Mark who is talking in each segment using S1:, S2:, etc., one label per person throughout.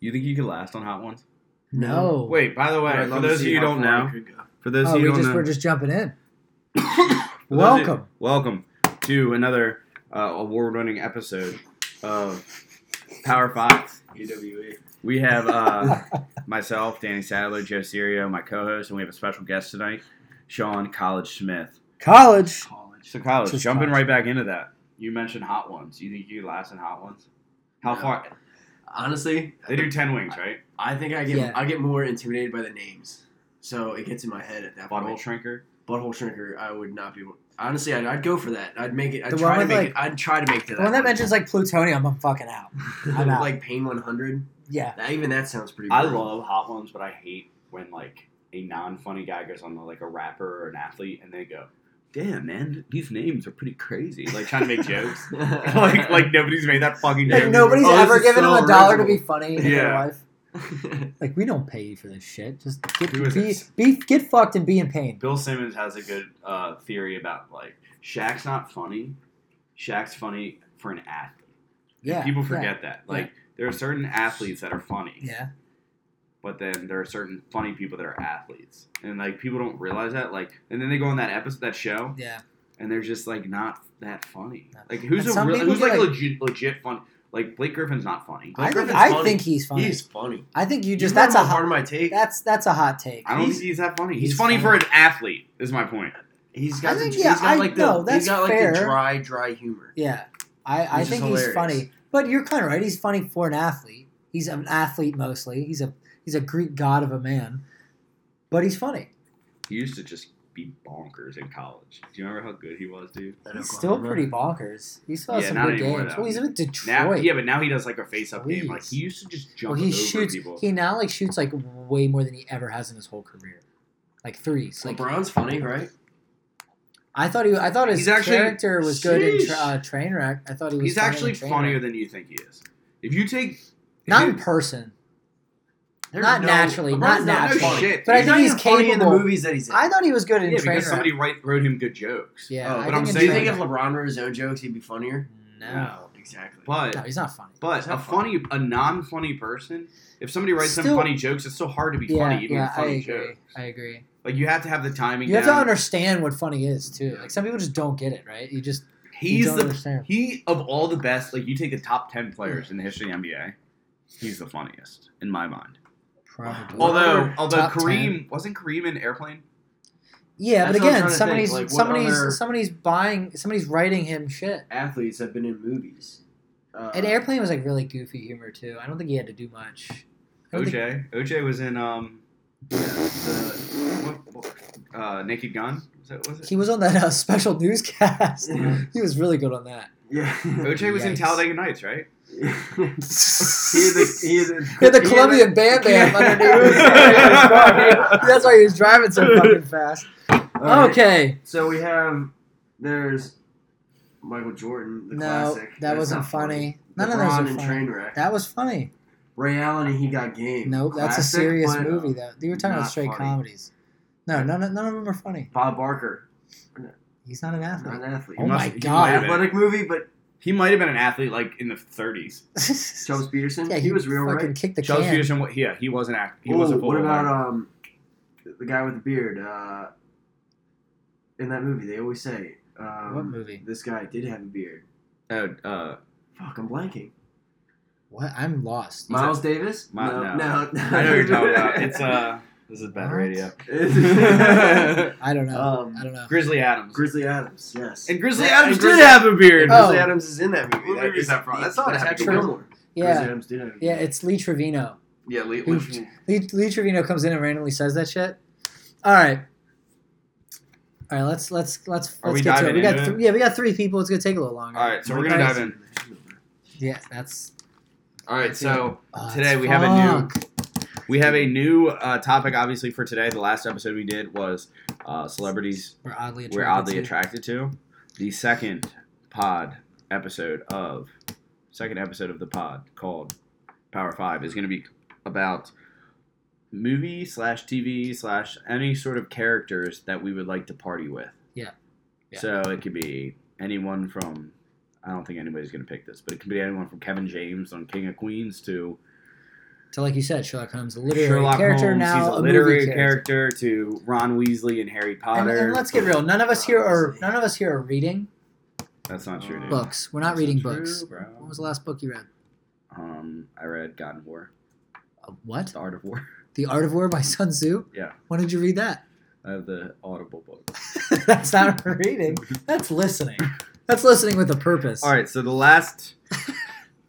S1: You think you could last on hot ones?
S2: No.
S3: Wait, by the way,
S2: I'd
S3: for
S2: love to
S3: those of
S2: see
S3: you who
S2: how
S3: don't
S2: far
S3: know,
S2: we could go.
S3: for those
S2: Oh,
S3: of you who
S2: we
S3: don't
S2: just
S3: know,
S2: we're just jumping in.
S3: for those of you-
S2: Welcome.
S3: welcome to another uh, award-winning episode of Power Five.
S2: EWE.
S3: We have uh, myself, Danny Sadler, Joe Sirio, my co-host, and we have a special guest tonight, Sean College Smith.
S2: College. College.
S3: So, College,
S2: Just
S3: jumping right
S2: college.
S3: back into that, you mentioned hot ones. You think you could last in hot ones? How
S4: No.
S3: far?
S4: Honestly,
S3: They do ten wings, right?
S4: I think I get
S2: Yeah.
S4: I get more intimidated by the names, so it gets in my head at that
S3: Butthole
S4: point.
S3: shrinker.
S4: Butthole shrinker, I would not be. Honestly, I'd, I'd go for that. I'd make it. I'd
S2: The one
S4: try to
S2: with,
S4: make
S2: like-
S4: it. I'd try to make it to
S2: The
S4: that.
S2: one that
S4: one.
S2: mentions like plutonium, I'm fucking out. I'm out.
S4: like pain one hundred.
S2: Yeah.
S4: That, even that sounds pretty.
S3: I
S4: brutal.
S3: love hot ones, but I hate when like a non-funny guy goes on like a rapper or an athlete, and they go, "Damn, man, these names are pretty crazy." Like trying to make jokes. like like nobody's made that fucking
S2: Like
S3: joke.
S2: nobody's
S4: Oh, this
S2: ever
S4: is
S2: given
S4: so
S2: him a dollar to
S4: original.
S2: be funny in their
S3: Yeah.
S2: life. Like we don't pay you for this shit. Just get
S3: Who is
S2: be,
S3: this?
S2: be get fucked and be in pain.
S3: Bill Simmons has a good uh, theory about like Shaq's not funny. Shaq's funny for an athlete.
S2: Yeah.
S3: People
S2: yeah,
S3: forget that. Like there are certain athletes that are funny,
S2: Yeah.
S3: but then there are certain funny people that are athletes, and like people don't realize that. Like and then they go on that episode, that show,
S2: Yeah.
S3: and they're just like not that funny.
S2: No.
S3: Like who's
S2: And
S3: a
S2: some
S3: real,
S2: people
S3: who's
S2: get,
S3: like,
S2: like-
S3: legit legit funny? Like Blake Griffin's not funny.
S4: Blake
S2: I think,
S4: Griffin's
S2: I
S4: funny.
S2: think he's funny.
S4: He's funny.
S2: I think you just
S4: brought
S2: that's a
S4: him on part
S2: hot,
S4: of my take.
S2: that's that's a hot take.
S3: I don't
S4: He's-
S3: think he's that funny. He's,
S2: he's
S3: funny, for
S2: funny.
S3: an athlete. Is my point.
S4: He's
S2: I
S4: got.
S2: think-
S4: the,
S2: yeah,
S4: he's
S2: I
S4: got like
S2: know,
S4: the.
S2: that's
S4: he's got like
S2: fair.
S4: the dry, dry humor.
S2: Yeah. I, I
S4: Which is
S2: think he's
S4: hilarious.
S2: funny. But you're kind of right. He's funny for an athlete. He's an athlete mostly. He's a he's a Greek god of a man. But he's funny.
S3: He used to just be bonkers in college. Do you remember how good he was, dude?
S4: That
S2: He's still
S4: Oklahoma.
S2: pretty bonkers. He still has
S3: Yeah,
S2: some
S3: not
S2: good
S3: anymore,
S2: games.
S3: though.
S2: Well, he's with Detroit.
S3: Now, yeah, but now he does like a face-up game. Like
S2: Please.
S3: he used to just jump
S2: well, he
S3: over
S2: shoots.
S3: people.
S2: He now like shoots like way more than he ever has in his whole career, like threes. Like
S4: LeBron's funny, right?
S2: I thought he. I thought his
S3: He's actually-
S2: character was good in
S3: Sheesh.
S2: tra- uh, Trainwreck. I thought he was.
S3: He's
S2: funny in
S3: actually
S2: Trainwreck.
S3: funnier than you think he is. If you take if
S2: Not
S3: you-
S2: in person.
S4: There's
S2: Not
S4: no-
S2: naturally, not
S4: LeBron's
S2: naturally.
S4: funny.
S3: shit.
S2: But I
S3: He's
S2: think
S4: not
S2: he's
S4: even funny in the
S2: capable.
S4: movies that he's in.
S2: I thought he was good in
S3: yeah, because
S2: Trainwreck.
S3: somebody write, wrote him good jokes.
S2: yeah, I
S4: Oh,
S3: but
S2: think
S3: I'm
S2: in
S4: Do you think
S2: Trainwreck-
S4: if LeBron wrote his own jokes, he'd be funnier? Oh,
S2: no,
S4: exactly.
S3: But
S2: no, he's not funny.
S3: but
S4: Is
S3: a
S4: that
S3: funny, a non-funny person, if somebody writes some
S2: Still-
S3: funny jokes, it's still hard to be
S2: yeah,
S3: funny, even
S2: yeah,
S3: with
S2: I
S3: funny
S2: agree.
S3: jokes.
S2: I agree.
S3: Like you have to have the timing.
S2: You have to
S3: down.
S2: understand what funny is too. Like some people just don't get it, right? You just you
S3: He's
S2: don't
S3: the
S2: understand.
S3: he of all the best. Like you take the top ten players in the history of the NBA, he's the funniest in my mind.
S2: Probably.
S3: Although, although
S2: Top
S3: Kareem wasn't Kareem in Airplane.
S2: Yeah, but
S4: That's what I'm
S2: again,
S4: trying to think,
S2: somebody's
S4: like, what
S2: somebody's
S4: other-
S2: somebody's buying somebody's writing him shit.
S4: athletes have been in movies. Uh,
S2: And Airplane was like really goofy humor too. I don't think he had to do much. I don't think-
S3: OJ, OJ was in um,
S4: yeah, the-
S3: what- what- uh, Naked Gun. Was that was it?
S2: he was on that uh, special newscast.
S4: Yeah.
S2: he was really good on that.
S4: yeah.
S3: OJ was in
S2: Yikes.
S3: Talladega Nights, right?
S4: he had the,
S2: he
S4: he had the,
S2: had the
S4: he had
S2: Colombian Bam Bam
S3: Yeah.
S2: underneath. his car. That's why he was driving so fucking fast.
S4: the- Alright,
S2: Okay,
S4: So we have there's Michael Jordan, the
S2: no,
S4: classic.
S2: that
S4: That's
S2: wasn't
S4: not
S2: funny. None of
S4: LeBron
S2: those are
S4: and
S2: funny.
S4: Trainwreck.
S2: That was funny.
S4: Ray Allen and He Got Game.
S2: Nope, that's a
S4: Classic,
S2: serious
S4: but
S2: movie though. You were talking about
S4: not
S2: straight
S4: funny.
S2: comedies. No, none of, none of them are funny.
S4: Bob Barker,
S2: He's not an
S4: not an
S2: athlete.
S4: athlete.
S2: Oh
S3: must-
S2: my
S3: he
S2: God.
S3: might have been-
S4: athletic movie, but
S3: He might have been an athlete like in the 30s.
S4: Chubbs Peterson,
S2: yeah,
S4: he, was real,
S2: fucking
S4: right?
S2: kicked the
S3: Charles
S2: can.
S3: Peterson, wa- yeah, he wasn't. Act, he was a
S4: Ooh,
S3: full.
S4: what about um the guy with the beard? Uh, in that movie, they always say um,
S2: What movie?
S4: This guy did have a beard.
S3: uh, uh,
S4: Fuck, I'm blanking.
S2: What? I'm lost.
S4: Miles Davis?
S3: Mi-
S4: no,
S3: no.
S4: no.
S3: I know what you're talking about. It's uh, this is bad
S2: What?
S3: radio.
S4: It's-
S2: I don't know.
S4: um,
S2: I don't know.
S3: Grizzly Adams.
S4: Grizzly Adams, yes.
S3: and Grizzly
S4: Yeah,
S3: Adams
S4: and
S3: did
S4: Grizzly-
S3: have a beard.
S4: And
S2: Oh.
S4: Grizzly Adams is in that movie.
S3: What movie is that from? That's not Happy
S4: actually
S2: Gilmore.
S4: Gilmore. Grizzly
S2: Yeah,
S4: Adams did have a
S2: yeah.
S4: beard.
S2: It's Lee Trevino.
S3: Yeah, Lee,
S2: Who- Lee, Lee Trevino comes in and randomly says that shit. All right. All right, let's let's let's
S3: Are
S2: let's
S3: we
S2: get to it.
S3: diving
S2: We got
S3: into
S2: th- yeah, we got three people. It's gonna take a little longer.
S3: All right, so we're gonna dive in.
S2: Yeah, that's
S3: All right,
S2: Yeah.
S3: so
S2: oh,
S3: Today
S2: it's
S3: we have a new-
S2: fuck.
S3: we have a new uh, topic. Obviously, for today, the last episode we did was uh, celebrities
S2: We're oddly attracted.
S3: we're oddly
S2: to.
S3: attracted to. The second pod episode of second episode of the pod called Power Five is going to be about movie slash TV slash any sort of characters that we would like to party with.
S2: Yeah. Yeah.
S3: So it could be anyone from. I don't think anybody's going to pick this, but it could be anyone from Kevin James on King of Queens to
S2: to like you said, Sherlock Holmes, a literary
S3: Sherlock
S2: character
S3: Holmes,
S2: now,
S3: he's a,
S2: a,
S3: literary
S2: movie character.
S3: character. to Ron Weasley and Harry
S2: And,
S3: Potter.
S2: and let's get real. None of us here are none of us here are reading
S3: That's not true, dude.
S4: Look,
S2: books. We're not
S3: That's
S2: reading
S3: Hmm. true,
S2: books.
S3: bro.
S2: What was the last book you read?
S3: Um, I read God and War,
S2: Uh, what?
S3: The Art of War.
S2: The Art of War by Sun Tzu.
S3: Yeah.
S2: When did you read that?
S3: I have the Audible book.
S2: That's not reading. That's listening. That's listening with a purpose.
S3: All right, so the last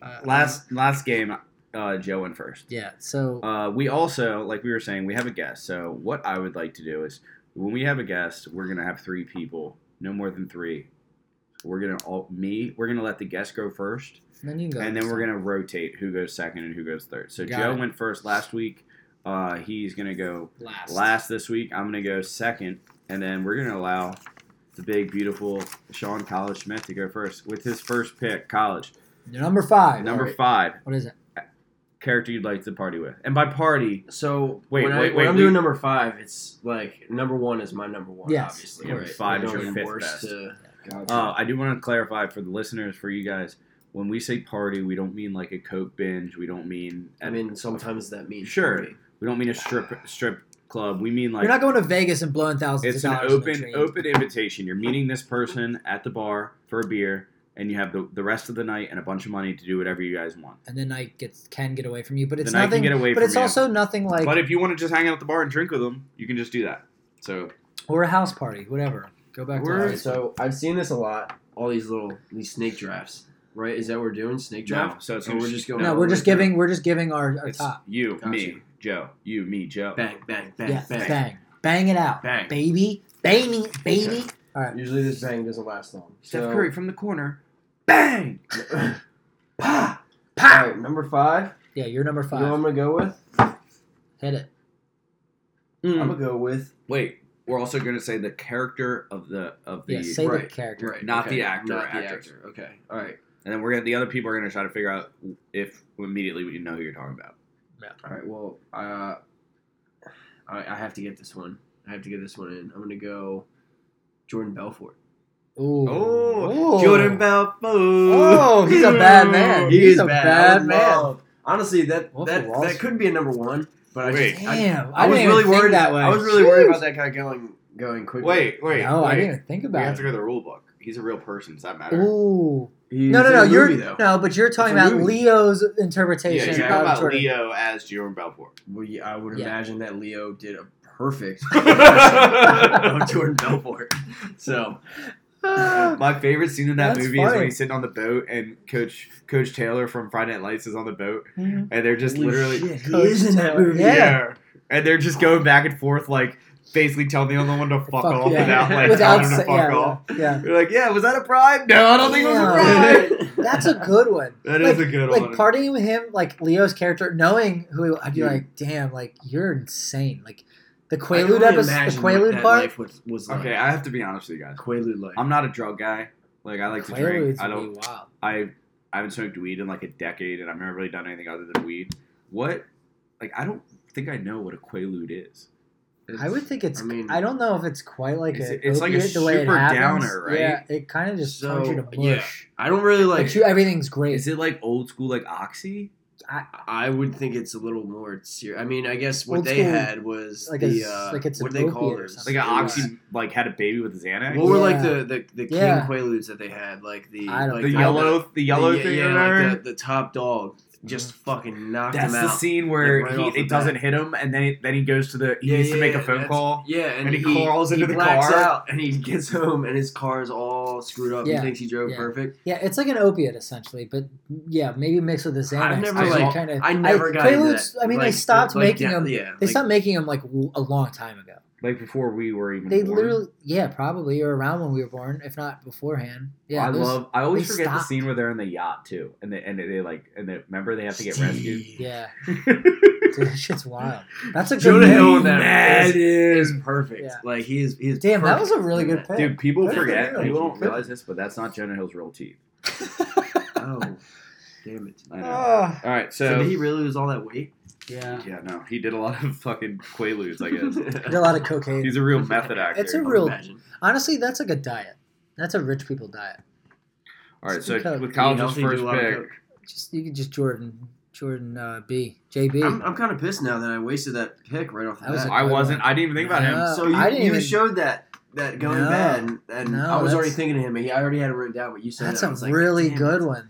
S2: Uh,
S3: last last game, uh, Joe went first.
S2: yeah. So
S3: Uh, we also, like we were saying, we have a guest. So what I would like to do is, when we have a guest, we're gonna have three people, no more than three. We're gonna all me. We're gonna let the guest go first,
S2: then you can go.
S3: and then we're gonna rotate who goes second and who goes third. So
S2: Got
S3: Joe
S2: it.
S3: went first last week. Uh, he's gonna go
S2: last.
S3: last this week. I'm gonna go second, and then we're gonna allow the big beautiful Sean College Smith to go first with his first pick, college
S2: Number five.
S3: number
S4: right.
S3: five
S2: What is it?
S3: character you'd like to party with, and by party.
S4: So
S3: Wait,
S4: when I,
S3: wait,
S4: when
S3: wait,
S4: I'm
S3: we-
S4: doing number five, it's like number one is my number one.
S2: Yes.
S4: obviously.
S3: Yeah,
S4: right?
S3: five is
S4: Going
S3: your
S4: from
S3: fifth
S4: worst
S3: best.
S4: to-
S3: Uh, I do want to clarify for the listeners, for you guys, when we say party, we don't mean like a coke binge. We don't mean
S4: I mean, sometimes that means
S3: Oh, Sure.
S4: three.
S3: we don't mean a strip strip club. We mean like
S2: You're not going to Vegas and blowing thousands
S3: it's
S2: of
S3: an
S2: dollars. on a
S3: open
S2: train.
S3: open invitation. You're meeting this person at the bar for a beer, and you have the, the rest of the night and a bunch of money to do whatever you guys want.
S2: And then night gets can get away from you, but it's
S3: the night
S2: nothing.
S3: can get away
S2: But
S3: from
S2: it's
S3: you.
S2: also nothing like
S3: but if you want to just hang out at the bar and drink with them, you can just do that. So
S2: or a house party, whatever. Go back to
S3: We're-
S4: Alright,
S2: last.
S4: so I've seen this a lot. All these little these snake drafts, right? Is that what we're doing snake
S3: no,
S4: draft?
S3: so it's
S4: Oh, we're just going-
S2: No, we're just giving. We're just giving our, our
S3: It's
S2: top.
S3: you, me,
S4: Gotcha.
S3: Joe, you, me, Joe.
S4: Bang, bang, bang,
S2: yeah,
S4: bang,
S2: bang. bang, it out,
S4: Bang.
S2: baby, baby, baby. All right.
S4: Usually this bang doesn't last long.
S3: Steph
S4: so,
S3: Curry from the corner, bang,
S4: pa,
S3: pow.
S4: Alright, number five.
S2: Yeah, you're number
S4: You know what
S2: five.
S4: I'm gonna go with?
S2: Hit it.
S3: Mm.
S4: I'm gonna go with
S3: Wait, we're also going to say the character of the of the,
S2: Yeah, say the
S4: right,
S2: character.
S4: right,
S3: Not the
S4: okay,
S3: actor or
S4: not the
S3: actress.
S4: actor. Okay, all right,
S3: and then we're gonna the other people are going to try to figure out if immediately we know who you're talking about.
S4: all right. Well, uh, I, I have to get this one. I have to get this one in. I'm gonna go Jordan Belfort.
S2: Ooh.
S3: Oh,
S2: Ooh.
S3: Jordan Belfort.
S2: Oh, he's a bad man.
S4: He
S2: He's
S4: is
S2: a
S4: bad. I
S2: bad
S4: would
S2: man.
S4: love- Honestly, that
S2: Wolf of
S4: that,
S2: Wall
S4: that
S2: Street.
S4: could be a number one, but I
S3: Wait.
S4: just, I,
S2: Damn, I,
S4: I, was
S2: didn't even
S4: really
S2: think
S4: worried
S2: that way.
S4: I was really worried
S2: Jeez.
S4: about that guy going going quickly.
S3: Wait, wait.
S2: No,
S3: wait.
S2: I didn't even think
S3: We have
S2: about
S3: to
S2: it.
S3: go to the rule book. He's a real person. Does that matter?
S2: Ooh.
S4: He's
S2: No, no,
S4: in
S2: no.
S4: the
S2: You're
S4: movie, though.
S2: no, but you're talking
S4: It's a
S2: about
S4: movie.
S2: Leo's
S3: yeah,
S2: interpretation
S3: you're talking
S2: of
S3: about
S2: Jordan.
S3: Leo as Jordan Belfort.
S4: Well, yeah, I would
S2: Yeah.
S4: imagine that Leo did a perfect impression of Jordan Belfort. So
S2: Ah.
S3: My favorite scene in that
S2: That's
S3: movie is
S2: funny.
S3: when he's sitting on the boat and Coach Coach Taylor from Friday Night Lights is on the boat
S2: Mhm.
S3: and they're just
S4: Holy
S3: literally
S4: shit, he
S2: Coach
S4: is in that
S2: Taylor.
S4: movie.
S2: Yeah.
S3: And they're just going back and forth, like basically telling the other one to fuck, off
S2: yeah.
S3: without like
S2: Without
S3: telling him
S2: sa-
S3: to fuck
S2: yeah,
S3: off.
S2: yeah, yeah.
S3: You're like, yeah, was that a prime? No, I don't think it was a
S2: Yeah.
S3: prime.
S2: That's a good one.
S3: That
S2: like,
S3: is a good
S2: like
S3: one.
S2: partying with him, like Leo's character, knowing who he, I'd be
S4: Dude.
S2: like, damn, like you're insane. Like the
S4: I can
S2: Quaalude
S4: only
S2: episode, the
S4: imagine what
S2: Quaalude
S4: that
S2: part.
S4: life was, was like.
S3: okay, I have to be honest with you guys.
S4: Quaalude life.
S3: I'm not a drug guy. Like I like to drink.
S2: Quaaludes
S3: I
S2: would
S3: don't.
S2: be wild.
S3: I I haven't smoked weed in like a decade, and I've never really done anything other than weed. What? Like I don't think I know what a quaalude is.
S2: I would think it's. I,
S4: I mean-
S2: don't know if it's quite like
S3: It's-
S2: a.
S3: it's like a
S2: opiate, the way it
S3: super
S2: happens.
S3: downer, right?
S2: Yeah, it kind of just turns
S4: So,
S2: you to
S4: yeah,
S2: mush.
S4: I don't really like.
S2: But you, everything's great.
S3: Is it like old school, like oxy?
S4: I would think it's a little more serious. I mean, I guess what
S2: Old
S4: they
S2: school,
S4: had was
S2: like
S4: the
S2: a-
S4: uh,
S2: like it's
S4: what
S2: an
S4: do they call
S2: opiate or
S4: those?
S2: something.
S3: Like an
S2: Yeah.
S3: oxy, like had a baby with his Xanax.
S4: What were like
S2: Yeah.
S4: the the, the king
S2: Yeah.
S4: quaaludes that they had? Like the
S2: I don't
S4: like
S3: the yellow, the yellow
S4: yeah,
S3: thing.
S4: yeah,
S3: or
S4: like
S3: whatever?
S4: the, the top dog just fucking knocked
S3: That's
S4: him
S3: the
S4: out.
S3: scene where
S4: Like, right
S3: he,
S4: off the
S3: it doesn't hit him, and then then he goes to the he
S4: Yeah,
S3: needs to
S4: yeah,
S3: make
S4: yeah,
S3: a phone
S4: that's-
S3: call.
S4: Yeah, and,
S3: And he crawls into the
S4: blacks
S3: car.
S4: out, and he gets home, and his car is all screwed up.
S2: Yeah,
S4: He thinks he drove
S2: yeah.
S4: perfect.
S2: yeah, it's like an opiate essentially, but yeah, maybe mixed with the Xanax.
S4: I've never,
S3: like-
S2: kind of.
S4: I never got into that.
S2: Quaaludes. I mean, they
S4: Like,
S2: stopped
S4: like,
S2: making
S4: yeah,
S2: them.
S4: Yeah,
S2: They
S4: like,
S2: stopped making them like w- a long time ago.
S3: Like before we were even.
S2: They
S3: born.
S2: literally, yeah, probably or around when we were born, if not beforehand. Yeah,
S3: I
S2: those-
S3: love. I always
S2: they
S3: forget the
S2: stopped.
S3: scene where they're in the yacht too, and they and they like and they remember they have to get rescued.
S4: Steve.
S2: Yeah, dude, that shit's wild. That's a good.
S4: Jonah
S2: movie.
S4: Hill in that
S3: Mad
S4: is, is
S3: in.
S4: perfect.
S2: Yeah.
S4: Like he is. He is
S2: Damn, that
S4: perfect
S2: was a really
S4: in
S2: good
S4: that.
S2: pick.
S3: Dude, people
S2: That's
S3: forget.
S2: really
S3: People don't
S2: good.
S3: realize this, but that's not Jonah Hill's real teeth.
S4: Oh, damn it!
S3: I know.
S2: Ah.
S3: All right,
S4: Oh. So
S3: so
S4: did he really lose all that weight?
S2: yeah,
S3: yeah, no, he did a lot of fucking quaaludes. I guess
S2: did a lot of cocaine.
S3: he's a real method actor.
S2: It's a
S4: I would
S2: real-
S4: imagine.
S2: Honestly, that's like a diet. That's a rich people diet.
S3: All right,
S2: It's a
S3: so
S2: Coke.
S3: with
S4: Eat
S3: college's
S4: healthy, do a
S3: first
S4: lot of
S3: pick,
S4: coke.
S2: Just you could just Jordan Jordan uh, B. JB.
S4: I'm, I'm kind of pissed now that I wasted that pick right off the
S2: That was
S4: bat.
S2: a-
S3: I wasn't. I didn't even think about him.
S2: No.
S4: so you,
S2: I didn't
S4: you
S2: even-
S4: showed that that going
S2: No.
S4: bad, and, and
S2: No,
S4: I was already
S2: that's-
S4: thinking of him. and I already had it written down, but you said
S2: That's
S4: it. I
S2: a
S4: was like,
S2: really
S4: damn.
S2: good one.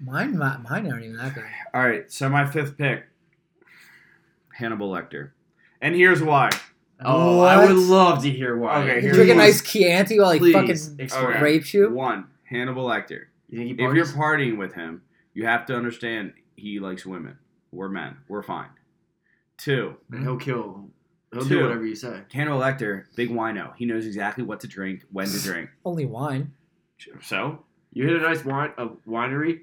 S2: Mine, mi- mine aren't even that good.
S3: All right. So my fifth pick, Hannibal Lecter, and here's why.
S4: Oh, I would
S2: What?
S4: love to hear why.
S3: Okay,
S2: You
S3: here
S2: drink a
S3: he
S2: nice Chianti while he
S4: Please,
S2: fucking
S4: explain.
S3: Okay.
S2: rapes you.
S3: One, Hannibal Lecter.
S4: You think he
S3: If you're
S4: parties?
S3: partying with him, you have to understand he likes women. We're men. We're fine. Two,
S4: And he'll kill. He'll
S3: Two.
S4: do whatever you say.
S3: Hannibal Lecter, big wino. He knows exactly what to drink, when to drink.
S2: Only wine.
S3: So
S4: You hit a nice wine, a winery.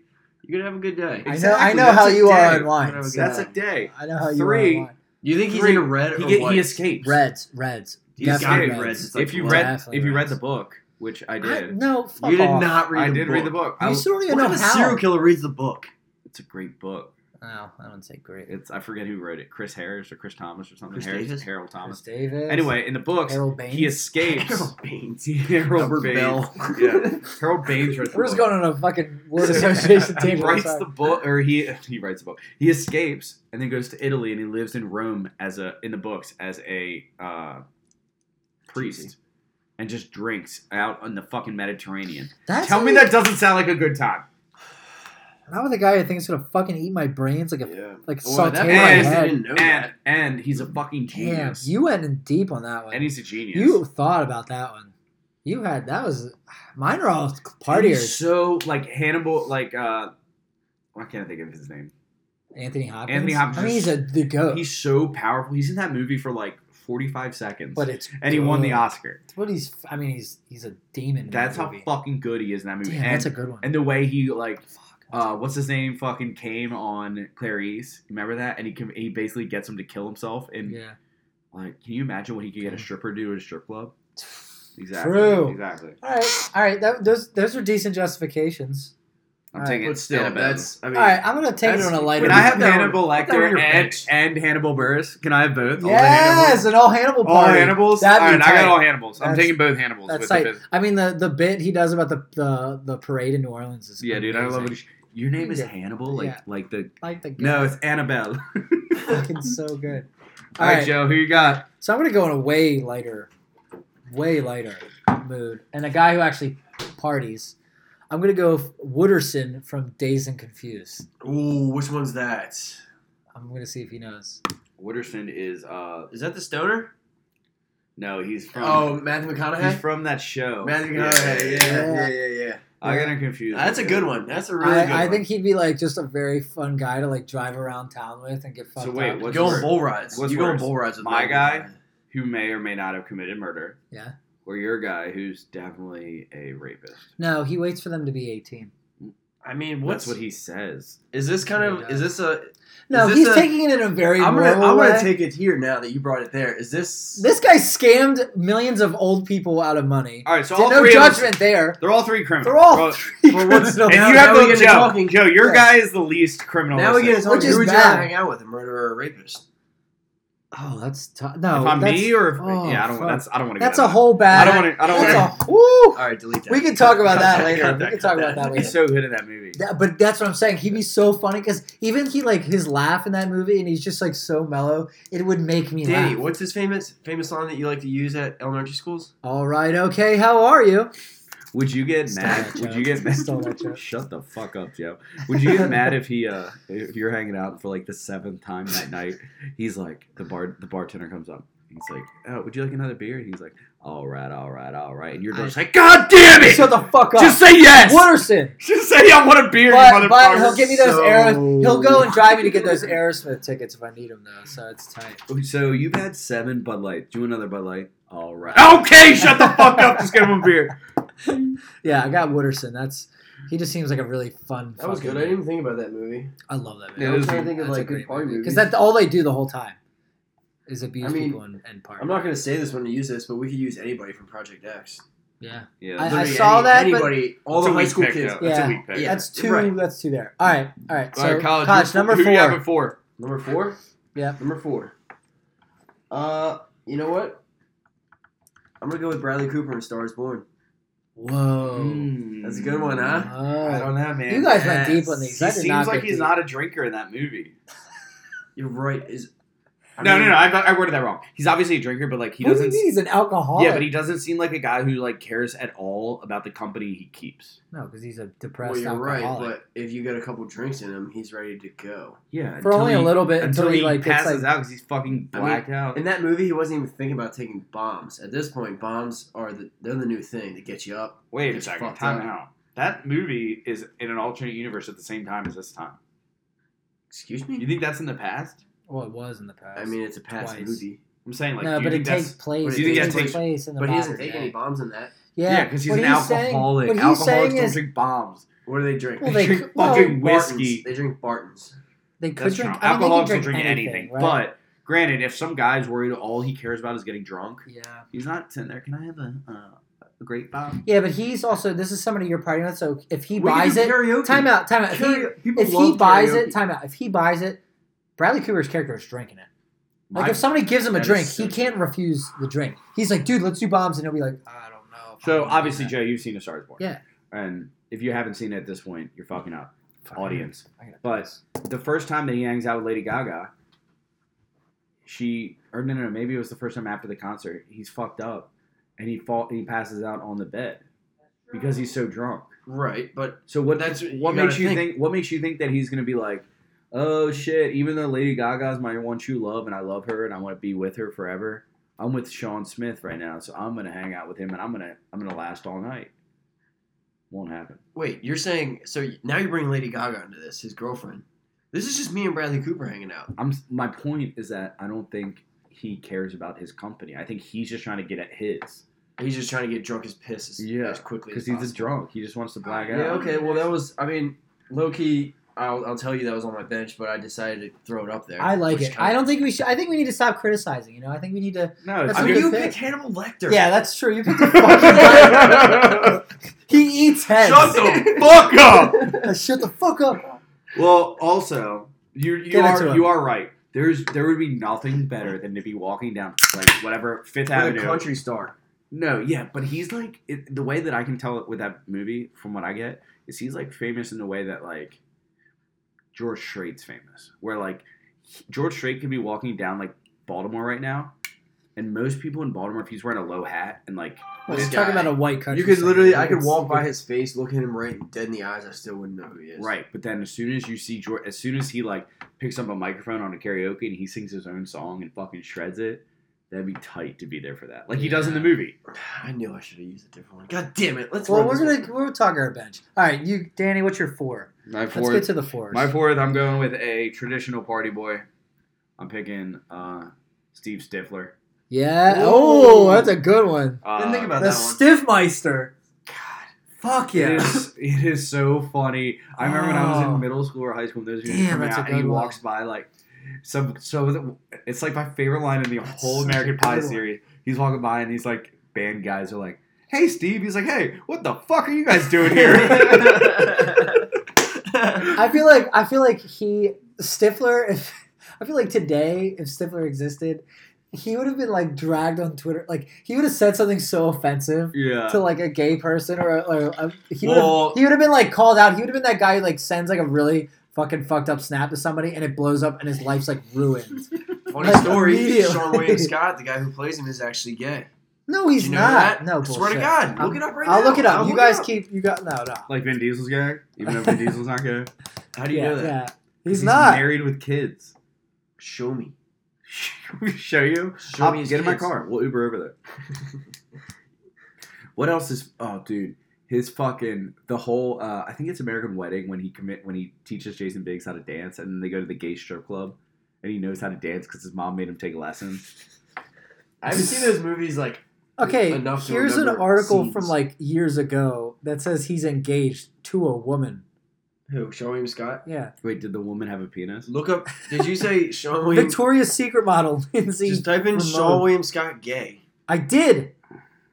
S4: You're gonna have a good day.
S3: Exactly,
S2: I know. I know
S3: that's
S2: how
S3: a
S2: you
S3: day.
S2: are on wine.
S4: That's
S2: so-
S3: that's a day.
S2: I know how you
S3: Three.
S2: are on wine.
S4: You think he's
S3: Three.
S4: into red or
S3: He, get,
S4: white?
S3: he escapes.
S2: Reds, reds.
S4: He's got
S3: Definitely
S4: it
S2: reds.
S4: reds. It's like
S3: if you
S4: blood.
S3: read,
S2: Definitely
S3: if you read
S2: reds.
S3: the book, which I
S2: I-
S3: did,
S2: no, fuck
S4: you did
S2: off.
S4: not read.
S3: I
S4: the
S3: did
S4: book.
S3: read the book. I,
S2: You still don't
S4: What
S2: even know
S4: kind of serial
S2: how.
S4: killer reads the book?
S3: it's a great book.
S2: Oh, I don't say great.
S3: It's I forget who wrote it. Chris Harris or Chris Thomas or something.
S4: Chris
S3: Harris,
S4: Davis?
S3: Harold Thomas.
S2: Chris Davis.
S3: Anyway, in the books,
S2: Harold Baines.
S3: he escapes.
S4: Harold Baines.
S3: Harold
S4: Albert
S3: Baines.
S4: Bell.
S3: Yeah. Harold Baines wrote the
S2: We're just
S3: book.
S2: going on a fucking word association
S3: he
S2: table.
S3: writes
S2: sorry.
S3: the book, or he he writes the book. He escapes and then goes to Italy, and he lives in Rome as a in the books as a uh, priest, and just drinks out on the fucking Mediterranean.
S2: That's
S3: Tell me
S2: like-
S3: that doesn't sound like a good time.
S2: Not with a guy who thinks he's gonna fucking eat my brains like a
S4: Yeah.
S2: like
S4: Well,
S2: saute
S4: at that
S2: my
S4: point, I
S3: Hey,
S2: head.
S4: didn't know
S3: And
S4: that.
S3: and he's a fucking
S2: Damn,
S3: genius.
S2: you went in deep on that one.
S3: and he's a genius.
S2: You thought about that one. You had that was mine are all
S3: And he's
S2: partiers.
S3: So like Hannibal, like uh, I can't I think of his name.
S2: Anthony Hopkins.
S3: Anthony Hopkins
S2: I mean,
S3: is-
S2: he's a the goat.
S3: He's so powerful. He's in that movie for like forty five seconds,
S2: but it's
S3: and he won the
S2: good.
S3: Oscar.
S2: But he's I mean he's he's a demon. in
S3: That's
S2: that
S3: how
S2: movie.
S3: fucking good he is in that movie.
S2: Damn,
S3: and,
S2: that's a good one.
S3: and the way he like
S2: Fuck.
S3: uh, what's his name fucking came on Clarice. Remember that? And he can, he basically gets him to kill himself. And
S2: yeah.
S3: like, can you imagine what he could get a
S2: Yeah.
S3: stripper to do at a strip club? Exactly.
S2: True.
S3: Exactly.
S2: All right, all right. That, those those are decent justifications.
S3: I'm
S2: All
S3: taking
S4: But
S3: it still.
S4: still,
S3: Ben.
S4: that's. I mean,
S2: all right, I'm gonna take it
S4: that's-
S2: on a lighter.
S3: Can
S4: But
S3: I
S4: you
S3: have
S4: put that on-
S3: Hannibal
S4: put that on
S3: Lecter
S4: your
S3: and,
S4: bench.
S3: and Hannibal Burris? Can I have both? All the
S2: yes,
S3: Hannibals?
S2: an all Hannibal
S3: All
S2: party.
S3: Hannibals?
S2: That'd be
S3: all right, I
S2: tight.
S3: got all Hannibals. I'm
S2: That's-
S3: taking both Hannibals.
S2: That's
S3: with the
S2: like
S3: fifth.
S2: I mean the the bit he does about the the, the parade in New Orleans is
S3: Yeah, dude, I love
S2: amazing.
S3: it. Your name is
S2: Yeah.
S3: Hannibal? Like,
S2: Yeah.
S3: like the.
S2: Like the
S3: No,
S4: Oh,
S3: it's Annabelle.
S2: fucking so good.
S3: all right, Joe, who you got?
S2: So I'm gonna go in a way lighter, way lighter mood, and a guy who actually parties. I'm gonna go f- Wooderson from Days and Confused.
S4: Ooh, which one's that?
S2: I'm gonna see if he knows.
S3: Wooderson is. uh
S4: Is that the stoner?
S3: No, he's from.
S4: Oh, Matthew McConaughey.
S3: He's from that show.
S4: Matthew McConaughey. Yeah, yeah, yeah, yeah.
S3: I got him confused.
S4: That's a
S3: with
S4: good
S3: it.
S4: one. That's a really
S2: I,
S4: good
S2: I
S4: one.
S2: think he'd be like just a very fun guy to like drive around town with and get fucked
S3: wait,
S2: up.
S3: what's
S4: go
S3: worse?
S4: on bull rides.
S3: What's
S4: you go on
S3: worse?
S4: bull rides with
S3: My
S4: Matthew
S3: guy?
S4: McConaughey.
S3: Who may or may not have committed murder.
S2: Yeah.
S3: Or your guy who's definitely a rapist.
S2: No, he waits for them to be 18.
S4: I mean,
S3: That's
S4: what's
S3: what he says.
S4: Is this kind of?
S2: Yeah.
S4: Is this a?
S2: No,
S4: this
S2: he's
S4: a-
S2: taking it in a very
S4: I'm gonna. I'm
S2: moral way.
S4: gonna take it here now that you brought it there. Is this?
S2: this guy scammed millions of old people out of money.
S3: All right, so all
S2: Did no
S3: three of us-
S2: judgment there.
S3: they're all three criminals.
S2: They're all three
S4: for
S2: criminals.
S4: what's-
S3: And
S4: Now-
S3: you have
S4: now we
S3: the
S4: get to
S3: Joe.
S4: talking-
S3: Joe, your
S2: Yeah.
S3: guy is the least criminal.
S4: now we
S3: listed.
S4: get to talk.
S2: Which
S4: Who
S2: is
S4: would you
S2: bad.
S4: rather hang out with a murderer or a rapist?
S2: Oh, that's tough. No,
S3: if I'm
S2: that's,
S3: me or if,
S2: oh,
S3: yeah, I don't.
S2: fuck.
S3: That's I don't want to.
S2: that's a whole
S3: I
S2: bad.
S3: don't want to. I don't
S2: Uh, that's
S3: want
S2: a, woo,
S4: All right, delete that.
S2: We can talk about
S4: Cut
S2: that later.
S4: cut
S2: We can
S4: cut
S2: talk about that
S3: to.
S2: later.
S3: He's so good at that movie.
S2: That- but that's what I'm saying. He'd be so funny because even he like his laugh in that movie, and he's just like so mellow. It would make me
S4: Danny,
S2: laugh.
S4: what's his famous famous line that you like to use at elementary schools?
S2: All right, okay. How are you?
S3: Would you get
S2: Stole
S3: mad?
S2: that
S3: Would
S2: joke.
S3: you get mad?
S2: Stole that joke.
S3: Shut the fuck up, Joe. Would you get mad if he uh if you're hanging out for like the seventh time that night? He's like the bar the bartender comes up. He's like, "Oh, would you like another beer?" And he's like, "All right, all right, all right." And you're just like, "God damn it!
S2: Shut the fuck up.
S3: Just say yes.
S2: Wooderson.
S3: Just say I want a beer, you
S2: But, but
S3: motherfucker."
S2: he'll give me those
S4: So-
S2: Aeros- He'll go and drive me to get those Aerosmith tickets if I need them though. So it's tight.
S3: So you've had seven Bud Light. Do another Bud Light. All right. Okay, shut the fuck up. Just give him a beer.
S2: Yeah, I got Wooderson. That's he just seems like a really fun.
S4: That was
S2: fucking-
S4: good. I didn't even think about that movie.
S2: I love that
S3: Yeah,
S2: man.
S3: it was-
S4: I'm trying to think of like good party movies.
S2: because that's all they do the whole time is abuse
S4: I mean,
S2: people and, and party.
S4: I'm not gonna say this when to use this, but we could use anybody from Project X.
S2: yeah.
S3: Yeah.
S2: I-
S3: that's-
S4: Literally
S2: saw that, but-
S4: Anybody, all
S3: that's
S4: the
S3: a
S4: high
S3: weak
S4: school
S3: pick,
S4: kids.
S3: though. That's a
S2: Yeah.
S3: weak pick.
S4: Yeah.
S2: That's two.
S4: Right.
S2: That's two there. All right. All right. So
S3: All right, college,
S2: college,
S3: who-
S2: number
S3: who you have
S2: four.
S3: at four?
S4: Number four.
S2: Yeah.
S4: Number four. Uh, you know what? I'm gonna go with Bradley Cooper in *Stars Born*.
S2: Whoa.
S3: Mm.
S4: That's a good one, huh?
S2: Oh.
S3: Hmm. I don't know, man.
S2: You guys went deep on
S3: Yes.
S2: these. I
S3: He
S2: did
S3: seems
S2: not
S3: like
S2: go
S3: he's
S2: deep.
S3: not a drinker in that movie.
S4: You're right. Is I
S3: no,
S4: mean,
S3: no, no. I, I worded that wrong. He's obviously a drinker, but like he
S2: What do you
S3: doesn't.
S2: mean he's an alcoholic?
S3: yeah, but he doesn't seem like a guy who like cares at all about the company he keeps.
S2: no, because he's a depressed
S4: Well, you're right,
S2: alcoholic.
S4: but if you get a couple drinks in him, he's ready to go.
S3: Yeah,
S2: For only a little bit until, he, like gets
S3: passes
S2: like
S3: out because he's fucking
S4: I mean,
S3: blacked out.
S4: In that movie, he wasn't even thinking about taking bombs. At this point, bombs are the they're the new thing to get you up.
S3: Wait a
S4: It's
S3: second,
S4: fucked
S3: time
S4: up.
S3: out. That movie is in an alternate universe at the same time as this time.
S4: Excuse
S3: You
S4: me.
S3: think that's in the past?
S2: well, it was in the past.
S4: I mean, it's a past
S2: Twice.
S4: movie,
S3: I'm saying like,
S2: no,
S3: do
S2: but
S3: you think
S2: it takes
S3: that's
S2: place.
S4: do you
S2: it
S4: think that
S2: takes
S3: takes-
S2: place in the
S4: but he doesn't
S2: modern
S4: take
S2: day.
S4: any bombs in that.
S3: yeah?
S2: Yeah,
S3: Because
S2: what
S3: he's an
S2: he's saying-
S3: alcoholic.
S2: what he's
S3: Alcoholics
S2: saying
S3: don't
S2: is-
S3: drink bombs.
S4: What do they drink?
S2: Well, they
S3: drink
S2: could- well,
S3: fucking
S4: Bartons.
S3: whiskey.
S4: They drink Bartons.
S2: They could
S3: That's
S2: drink.
S3: true.
S2: I don't think
S3: Alcoholics
S2: he'd
S3: will drink anything.
S2: right?
S3: But granted, if some guy's worried all he cares about is getting drunk,
S2: yeah,
S3: he's not sitting there. Can I have a, uh, a grape bomb?
S2: yeah, but he's also this is somebody you're partying with. So if he
S4: We can
S2: buys
S4: do
S2: it,
S4: Karaoke.
S2: time out, time out. If he,
S4: Karaoke- People
S2: if he
S4: love
S2: buys
S4: karaoke.
S2: it, time out. If he buys it, Bradley Cooper's character is drinking it. Like
S3: My-
S2: if somebody gives him a
S3: that is
S2: drink,
S3: so
S2: he can't refuse the drink. He's like, dude, let's do bombs, and he'll be like, I don't know. if I'm
S3: so
S2: gonna do
S3: obviously,
S2: that."
S3: Joe, you've seen A Star Is Born.
S2: Yeah.
S3: And if you haven't seen it at this point, you're fucking up,
S2: Fuck.
S3: audience.
S2: I gotta-
S3: But the first time that he hangs out with Lady Gaga, she or no no no maybe it was the first time after the concert he's fucked up and he fall he passes out on the bed because he's so drunk.
S4: Right, but
S3: So what
S4: That's-
S3: that's
S4: you
S3: what
S4: gotta
S3: makes you
S4: think.
S3: think. what makes you think that he's gonna be like, oh shit, even though Lady Gaga's my one true love and I love her and I want to be with her forever, I'm with Sean Smith right now, so I'm gonna hang out with him and I'm gonna I'm gonna last all night. Won't happen.
S4: wait, you're saying so y- now you bring Lady Gaga into this, his girlfriend. This is just me and Bradley Cooper hanging out.
S3: I'm my point is that I don't think he cares about his company. I think he's just trying to get at his
S4: He's just trying to get drunk as piss as,
S3: Yeah,
S4: as quickly as
S3: because he's
S4: possible.
S3: a drunk. He just wants to black
S4: Yeah.
S3: out.
S4: Okay. Well, that was. I mean, low key. I'll, I'll tell you that was on my bench, but I decided to throw it up there.
S2: I like it.
S4: which kinda-
S2: I don't think we should. I think we need to stop criticizing. You know, I think we need to.
S3: No, it's
S2: That's
S4: I
S2: what
S4: mean,
S3: good.
S4: you
S2: pick.
S4: picked Hannibal Lecter.
S2: Yeah, that's true. You picked a fucking. he eats heads.
S3: Shut the fuck up.
S2: Shut the fuck up.
S3: Well, also, you you
S2: Get into
S3: are
S2: it.
S3: you are right. There's there would be nothing better than to be walking down like whatever Fifth
S4: With
S3: Avenue.
S4: a country star.
S3: No, yeah, but he's like it, the way that I can tell it with that movie from what I get is he's like famous in the way that like George Strait's famous, where like he- George Strait could be walking down like Baltimore right now, and most people in Baltimore, if he's wearing a low hat and like
S2: We're
S4: This
S2: talking
S4: guy.
S2: about a white country.
S4: You could
S2: singer.
S4: literally. I
S2: Like,
S4: could
S2: it's-
S4: walk by his face, look at him right dead in the eyes. I still wouldn't know who he is.
S3: Right, but then as soon as you see George, as soon as he like picks up a microphone on a karaoke and he sings his own song and fucking shreds it, that'd be tight to be there for that, like he does in the movie.
S4: I knew I should have used a different one. God damn it! Let's.
S2: Well,
S4: run
S2: we're
S4: this
S2: gonna we're talking our bench. All right, you, Danny. What's your four?
S3: My
S2: Let's get to the fours.
S3: my fourth, I'm going with a traditional party boy. I'm picking uh, Steve Stifler.
S2: Yeah.
S4: Whoa.
S2: Oh, that's a good one.
S3: Uh,
S4: Didn't think about
S2: The
S4: that one.
S2: Stiffmeister.
S3: God,
S2: Fuck
S3: it
S2: yeah.
S3: is it is so funny. I remember when I was
S2: Oh.
S3: in middle school or high school, those dudes
S2: Damn,
S3: coming
S2: that's a
S3: out and he
S2: good one.
S3: walks by like some so the- it's like my favorite line in the
S2: That's
S3: whole
S2: such a
S3: American
S2: good
S3: Pie
S2: one.
S3: series. He's walking by and he's like band guys are like, Hey Steve, he's like, Hey, what the fuck are you guys doing here?
S2: I feel like I feel like he Stifler. If I feel like today, if Stifler existed, he would have been like dragged on Twitter. Like he would have said something so offensive
S3: yeah.
S2: to like a gay person or, or a, he would
S3: Well-
S2: have, he would have been like called out. He would have been that guy who like sends like a really fucking fucked up snap to somebody and it blows up and his life's like ruined.
S4: Funny
S2: Like,
S4: story.
S2: immediately.
S4: Sean William Scott, the guy who plays him, is actually gay.
S2: No, he's
S4: you know
S2: not.
S4: that?
S2: No,
S4: I
S2: bullshit.
S4: swear to God,
S2: I'm-
S4: look it up right now.
S2: I'll look it up.
S4: I'll
S2: you
S4: look
S2: guys
S4: up.
S2: keep you got no no.
S3: Like Vin Diesel's gag, even though Vin Diesel's not gay.
S4: How do you
S2: yeah,
S4: know that?
S2: yeah.
S3: 'Cause
S2: He's, not.
S3: married with kids.
S4: Show me.
S3: we show you.
S4: Show
S3: I'll
S4: me his
S3: get in my
S4: kids.
S3: car. We'll Uber over there. what else is? Oh, dude, his fucking the whole. Uh, I think it's American Wedding when he commit when he teaches Jason Biggs how to dance, and then they go to the gay strip club, and he knows how to dance because his mom made him take lessons.
S4: I haven't seen those movies like
S2: Okay,
S4: enough to
S2: here's an
S4: remember
S2: article
S4: scenes.
S2: from like years ago that says he's engaged to a woman.
S4: who Sean William Scott.
S2: Yeah.
S3: Wait, did the woman have a penis?
S4: Look up. Did you say Sean William?
S2: Victoria's Secret model, Lindsay.
S4: Just type in
S2: Ramone.
S4: Sean William Scott gay.
S2: I did.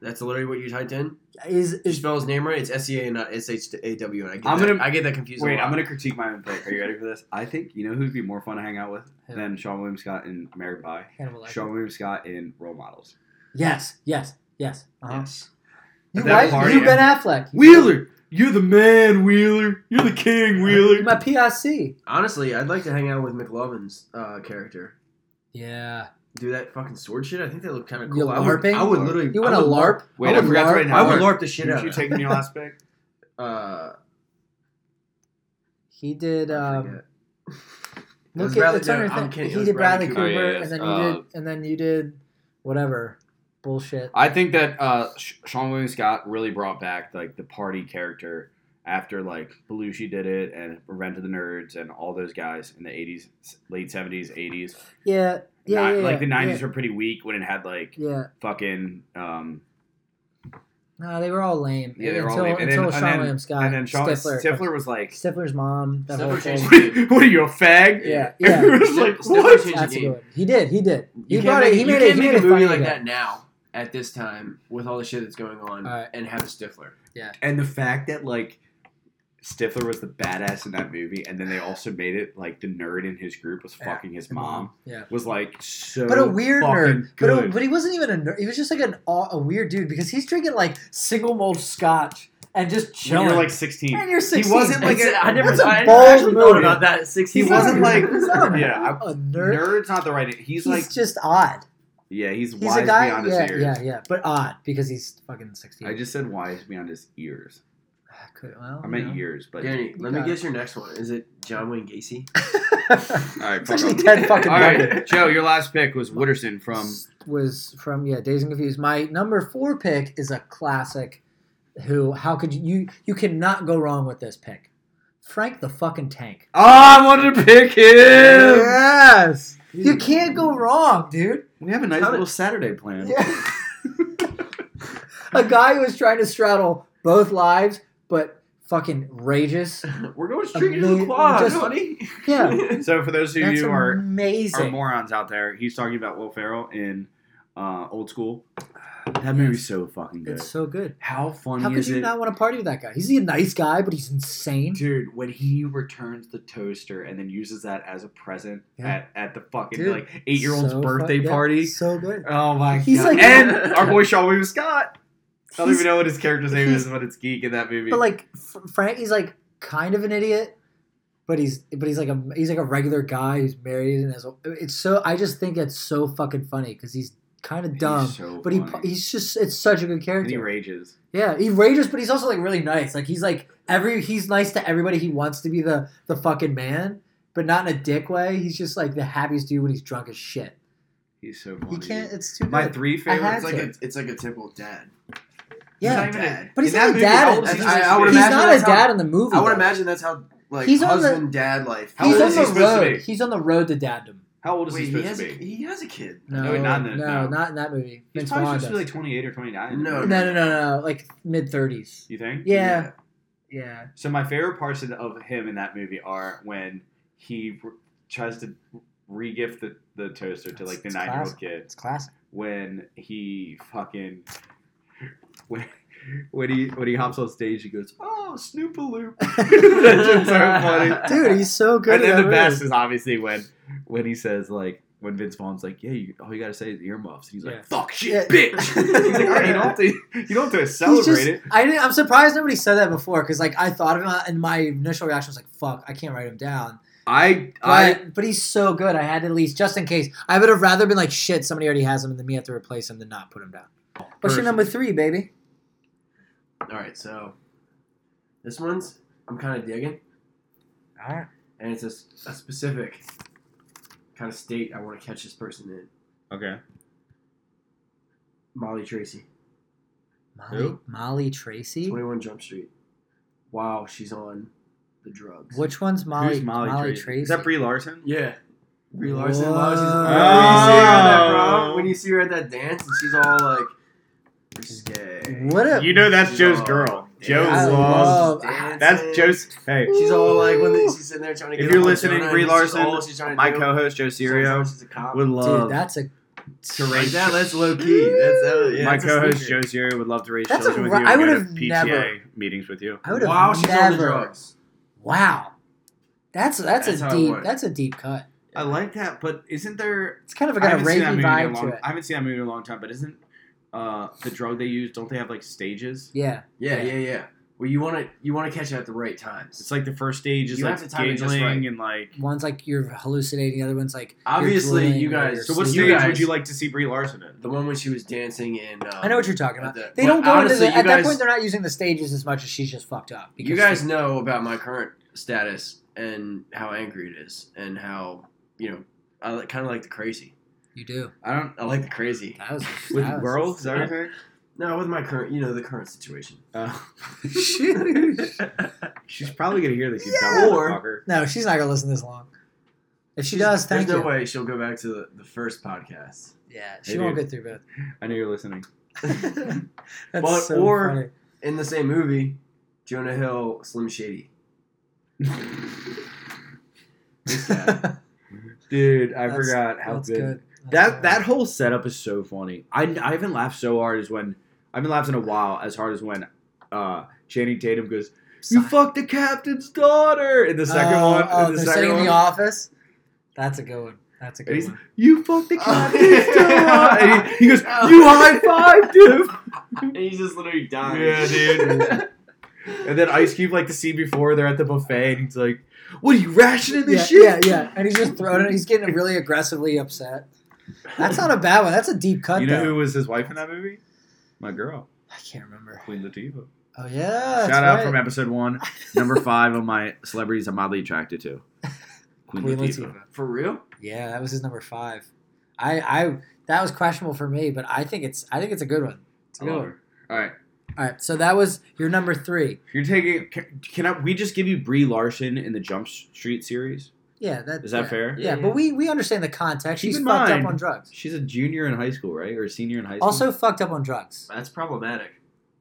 S4: That's literally what you typed in.
S2: Is,
S4: You
S2: is
S4: spell his name right. It's S E A and not S H A W. And I get
S3: I'm
S4: that.
S3: gonna-
S4: I get that confused. a
S3: Wait,
S4: lot.
S3: I'm gonna critique my own pick. Are you ready for this? I think you know who'd be more fun to hang out with
S2: Who?
S3: than Sean William Scott in American Pie.
S2: Hannibal Lecter.
S3: Sean William Scott in Role Models.
S2: Yes, yes, yes. Uh-huh.
S4: Yes.
S2: You
S3: At that
S2: white?
S3: party,
S2: You Ben Affleck.
S3: Wheeler, you're the man, Wheeler. You're the king,
S2: You're
S3: Wheeler.
S2: my PIC.
S4: Honestly, I'd like to hang out with McLovin's uh, character.
S2: Yeah.
S4: Do that fucking sword shit. I think they look kind of cool.
S2: You
S4: I would,
S2: LARPing?
S4: I would literally.
S2: You want
S4: I
S2: to
S4: would
S2: LARP?
S3: Wait,
S2: I
S3: I
S2: would
S3: forgot to write
S2: LARP.
S3: it
S4: I
S3: down.
S4: would LARP the shit
S3: Didn't
S4: out.
S3: you
S4: of
S3: take
S4: it.
S3: me last pick?
S4: Uh,
S2: He did.
S4: I
S2: Um,
S4: forget. It
S2: look
S4: was
S2: at
S4: Bradley-
S2: it's under
S4: no, I'm kidding. It
S2: He
S4: was
S2: did Bradley
S4: Bradley
S2: Cooper,
S3: Cooper. Oh, yeah,
S2: and then
S3: yes.
S2: you did, and then you did whatever bullshit.
S3: I think that uh, Sh- Sean William Scott really brought back like the party character after like Belushi did it and Revenge of the Nerds and all those guys in the '80s, late '70s, '80s.
S2: Yeah. Yeah.
S3: Not-
S2: yeah,
S3: like the
S2: yeah,
S3: '90s were pretty weak when it had like
S2: Yeah. yeah.
S3: fucking um,
S2: No, they were all lame.
S3: Yeah, they were all
S2: until,
S3: lame. And then-
S2: until
S3: and
S2: Sean
S3: then-
S2: William Scott.
S3: and then Sean
S2: Stifler.
S3: Stifler, was like,
S2: Stifler's mom. That
S4: Stifler
S2: whole thing.
S4: changed
S3: what, are you, what are you, a fag?"
S2: Yeah. Yeah.
S3: Everyone was like,
S4: Stif- Stifler
S3: "What?"
S4: changed-
S2: That's a
S4: game.
S2: good one. He did. He did. He
S4: You
S2: brought
S4: can't
S2: it.
S4: make,
S2: He
S4: you
S2: made
S4: can't
S2: it. He
S4: make
S2: made it
S4: a movie
S2: funny
S4: like
S2: again.
S4: that now at this time with all the shit that's going on
S2: All right.
S4: and have a Stifler.
S3: And the fact that like Stifler was the badass in that movie, and then they also made it like the nerd in his group was
S2: Yeah,
S3: fucking his
S2: the
S3: mom,
S2: mom, yeah.
S3: was like so.
S2: But a weird
S3: fucking
S2: nerd. But,
S3: Good.
S2: a, but he wasn't even a nerd. He was just like an, aw- a weird dude because he's drinking like single malt scotch and just
S3: When
S2: chilling.
S3: you're like 16.
S2: and you're 16.
S3: wasn't like
S2: It's-
S3: a- I never-
S2: that's a
S3: I
S2: bold movie.
S4: that at 16.
S3: He
S2: He's
S3: wasn't
S2: not a-
S3: like-
S2: he's not a,
S3: yeah, I-
S2: a nerd.
S3: Nerd's not the right. e-, He's,
S2: He's,
S3: like
S2: just odd.
S3: yeah. He's,
S2: He's
S3: wise
S2: a guy.
S3: beyond
S2: yeah,
S3: his ears.
S2: yeah, yeah. But odd because he's fucking 16.
S3: I just said wise beyond his ears.
S2: Could, well,
S3: I meant
S2: you. know.
S3: years, but
S4: Danny, let me
S2: got
S4: guess your next one. Is it John Wayne Gacy?
S2: it's
S3: all right, fuck
S2: actually
S3: off.
S2: 10 fucking
S3: All
S2: Bucket
S3: right, Joe, your last pick was Wooderson from
S2: was from yeah Days and Confused. My number four pick is a classic. Who? How could you? You, you cannot go wrong with this pick. Frank the fucking Tank.
S3: Oh, I wanted to pick him.
S2: Yes, you can't go wrong, dude.
S3: We have a nice
S4: How
S3: little Saturday plan.
S2: Yeah. a guy who was trying to straddle both lives, but fucking rageous.
S4: We're going straight into the
S2: Amazing.
S4: quad,
S2: Just-
S4: honey.
S2: Yeah,
S3: So for those of
S2: that's
S3: you who are, are
S2: amazing.
S3: morons out there, he's talking about Will Ferrell in uh, Old School. That movie's so fucking good.
S2: it's so good.
S3: How funny
S2: How could
S3: is
S2: you
S3: it,
S2: not want to party with that guy? He's a nice guy, but he's insane.
S3: dude? When he returns the toaster and then uses that as a present
S2: Yeah.
S3: at, at the fucking
S2: Dude,
S3: like eight year old's
S2: So fu-
S3: birthday
S2: yeah,
S3: party.
S2: So good.
S3: Oh my
S2: He's
S3: god!
S2: like-
S3: and our boy Sean William Scott. I don't
S2: He's-
S3: even know what his character's name
S2: he's-
S3: is, but it's geek in that movie.
S2: But like F- Frank, he's like kind of an idiot, but he's but he's like a he's like a regular guy who's married and has. a- It's so I just think it's so fucking funny because he's kind of
S3: He's
S2: dumb,
S3: so
S2: but he
S3: funny.
S2: he's just it's such a good
S3: and he
S2: character.
S3: rages.
S2: yeah, he rages, but he's also like really nice. Like he's like every he's nice to everybody. He wants to be the the fucking man. But not in a dick way. He's just like the happiest dude when he's drunk as shit.
S3: He's so
S2: He
S3: funny.
S2: can't. It's too
S3: My
S2: good.
S3: three
S2: I
S3: favorites.
S2: had
S4: It's like
S2: to.
S4: a, it's like a typical dad.
S2: Yeah.
S3: He's not even a-
S2: But he's
S3: in
S2: not
S3: that
S2: a
S3: movie,
S2: dad
S3: all
S2: in-
S3: he's
S2: he's-
S3: supposed
S4: I- I
S3: to
S4: would
S3: be-
S2: He's
S4: imagine
S2: not a
S4: that's how-
S2: dad in the movie.
S4: I would
S2: though.
S4: imagine that's how like
S2: He's on the-
S4: husband dad life.
S3: How
S2: he's
S3: old
S2: on
S3: is he
S2: the
S3: supposed to
S2: road.
S3: be?
S2: He's on the road to daddom.
S3: How old is
S4: Wait,
S3: he
S4: he
S3: supposed
S4: has, a,
S3: to be?
S4: he has a kid.
S2: No,
S3: No, not in the-
S2: no,
S3: no.
S2: not in that movie.
S3: He's
S2: Vince
S3: probably
S2: Vaughn
S3: supposed to be
S2: does.
S3: like 28 or 29.
S4: No.
S2: no, no, no, no, like mid thirties.
S3: You think?
S2: Yeah, yeah.
S3: So my favorite parts of- of him in that movie are when he r- tries to re-gift the, the toaster to like the
S2: It's
S3: nine-year-old kid.
S2: It's classic.
S3: When he fucking when, when he when he hops on stage, he goes, "Oh, Snoopaloop!" That's just so funny.
S2: Dude, he's so good.
S3: and
S2: in
S3: then the
S2: that
S3: best
S2: movie.
S3: is obviously when when he says like when Vince Vaughn's like, yeah, you, all you gotta say is earmuffs. And he's
S2: Yeah.
S3: like, fuck shit,
S2: Yeah.
S3: bitch. He's like, "All right, you don't have to, you don't have to
S2: He's
S3: celebrate
S2: just,
S3: it.
S2: I didn't, I'm surprised nobody said that before because like I thought of him and my initial reaction was like, "Fuck, I can't write him down."
S3: I
S2: But but he's so good. I had to at least just in case. I would have rather been like, "Shit, somebody already has him, and then me have to replace him than not put him down." What's
S3: Perfect.
S2: your number three, baby?
S4: All right, so this one's I'm kind of digging,
S2: All right.
S4: and it's a, s- a specific kind of state I want to catch this person in.
S3: okay.
S4: Molly Tracy,
S2: Molly, Molly Tracy.
S4: 21 Jump Street. Wow, she's on the drugs.
S2: Which one's Molly?
S3: Who's Molly, Tracy? Is that Brie Larson?
S4: Yeah. Brie
S2: Whoa.
S4: Larson. Molly, she's,
S2: Oh.
S4: when, you see her
S3: Oh.
S4: at that prom, when you see her at that dance, and she's all like, "This is gay."
S2: What a
S3: You know that's
S4: She's
S3: Joe's
S4: all
S3: girl.
S4: dancing,
S3: Joe
S2: I
S3: loves.
S2: love-
S4: dancing.
S3: That's Joe's. Hey,
S4: She's all like when they, she's sitting there trying to
S3: If
S4: get
S3: you're
S4: a
S3: listening,
S4: Jonah,
S3: Brie
S4: and she's just
S3: Larson,
S4: all she's trying to
S3: my
S4: do.
S3: co-host Joe
S4: She's
S3: Sirio
S4: like, She's a cop.
S3: would love
S2: Dude, that's a
S3: to
S4: Like
S3: raise.
S4: that, that's low key. That's that, yeah,
S3: my
S4: that's a
S3: co-host Joe
S4: sneaker.
S3: Sirio would love to raise
S2: That's a
S3: children with
S2: ra-
S3: you. and
S2: I
S3: go to
S2: would've
S3: PTA
S2: never-
S3: meetings with you.
S2: I would have
S4: Wow, she's on the
S2: never.
S4: drugs.
S2: wow, that's that's,
S4: That's
S2: a
S4: how it
S2: deep
S4: went.
S2: that's a deep cut.
S3: I like that, but isn't there
S2: It's kind of
S3: I
S2: got a
S3: haven't seen that
S2: rapey
S3: movie in a
S2: vibe
S3: long.
S2: to it.
S3: I haven't seen that movie in a long time, but isn't uh, the drug they use? Don't they have like stages?
S2: Yeah.
S4: Yeah,
S2: Yeah.
S4: yeah, yeah. Well, you want to you want to catch it at the right times.
S3: It's like the first stage is
S4: You
S3: like
S4: have to time it just
S3: giggling
S4: right.
S3: and like.
S2: One's like you're hallucinating, the other one's like you're
S4: Obviously,
S2: drooling
S4: you
S2: or
S4: guys-
S2: you're
S3: So what
S4: you
S3: stage
S2: sleeping.
S4: guys-
S3: would you like to see Brie Larson in?
S4: the one when she was dancing in. Um,
S2: I know what you're talking about.
S4: at the-
S2: They
S4: well,
S2: don't go into
S4: honestly,
S2: the,
S4: you
S2: at that
S4: guys-
S2: point. They're not using the stages as much as she's just fucked up.
S4: you guys know about my current status and how angry it is, and how you know I kind of like the crazy.
S2: you do.
S3: I don't
S4: I like the crazy.
S2: That was
S3: with
S2: that was-
S3: girls. Is that what you're saying?
S4: No, with my current, you know, the current situation. Uh,
S3: Oh. She's probably gonna hear this. You dumb
S4: Yeah.
S3: motherfucker.
S2: No, she's not gonna listen this long. If she
S4: She's-
S2: does, thank
S4: There's
S2: you.
S4: no way she'll go back to the, the first podcast.
S2: Yeah, she
S3: They
S2: won't
S3: do.
S2: get through both.
S3: I know you're listening.
S2: That's
S4: But-
S2: so
S4: or-
S2: funny.
S4: In the same movie, Jonah Hill, Slim Shady. This guy.
S3: Dude, I
S2: That's-
S3: forgot how
S2: That's
S3: good.
S2: good.
S3: That that whole setup is so funny. I, I haven't laughed so hard as when I haven't laughed in a while as hard as when uh Channing Tatum goes, "You fucked the captain's daughter" in the second
S2: one.
S3: one. in
S2: Oh,
S3: the
S2: they're
S3: second
S2: sitting in
S3: one.
S2: the office. That's a good one. That's a
S3: And
S2: good
S3: he's-
S2: one.
S3: You fucked the
S4: Oh.
S3: captain's daughter. And he, he goes, "You high five, dude."
S4: and he's just literally dying.
S3: Yeah, dude. And then Ice Cube, like the scene before, they're at the buffet, and he's like, "What are you rationing
S2: Yeah,
S3: this
S2: yeah,
S3: shit?"
S2: yeah. And he's just throwing it. He's getting really aggressively upset. That's not a bad one. That's a deep cut.
S3: You know
S2: though.
S3: who was his wife in that movie? My girl,
S2: I can't remember.
S3: Queen Latifah.
S2: Oh yeah.
S3: Shout out from episode one, number five on my celebrities I'm oddly attracted to. Queen,
S2: Queen
S3: Latifah.
S2: Latifah.
S4: For real?
S2: Yeah, that was his number five. I I that was questionable for me, but I think it's I think it's a good one. It's a
S3: I
S2: good
S3: love
S2: one.
S3: her. All right,
S2: All right, so that was your number three.
S3: if you're taking. Can, can I? We just give you Brie Larson in the Jump Street series.
S2: Yeah, that
S3: Is that
S2: yeah.
S3: fair?
S2: Yeah,
S4: Yeah,
S2: but
S4: yeah.
S2: we we understand the context.
S3: Keep
S2: She's
S3: in
S2: fucked
S3: mind-
S2: up on drugs.
S3: She's a junior in high school, right, or a senior in high school.
S2: Also fucked up on drugs
S4: That's problematic.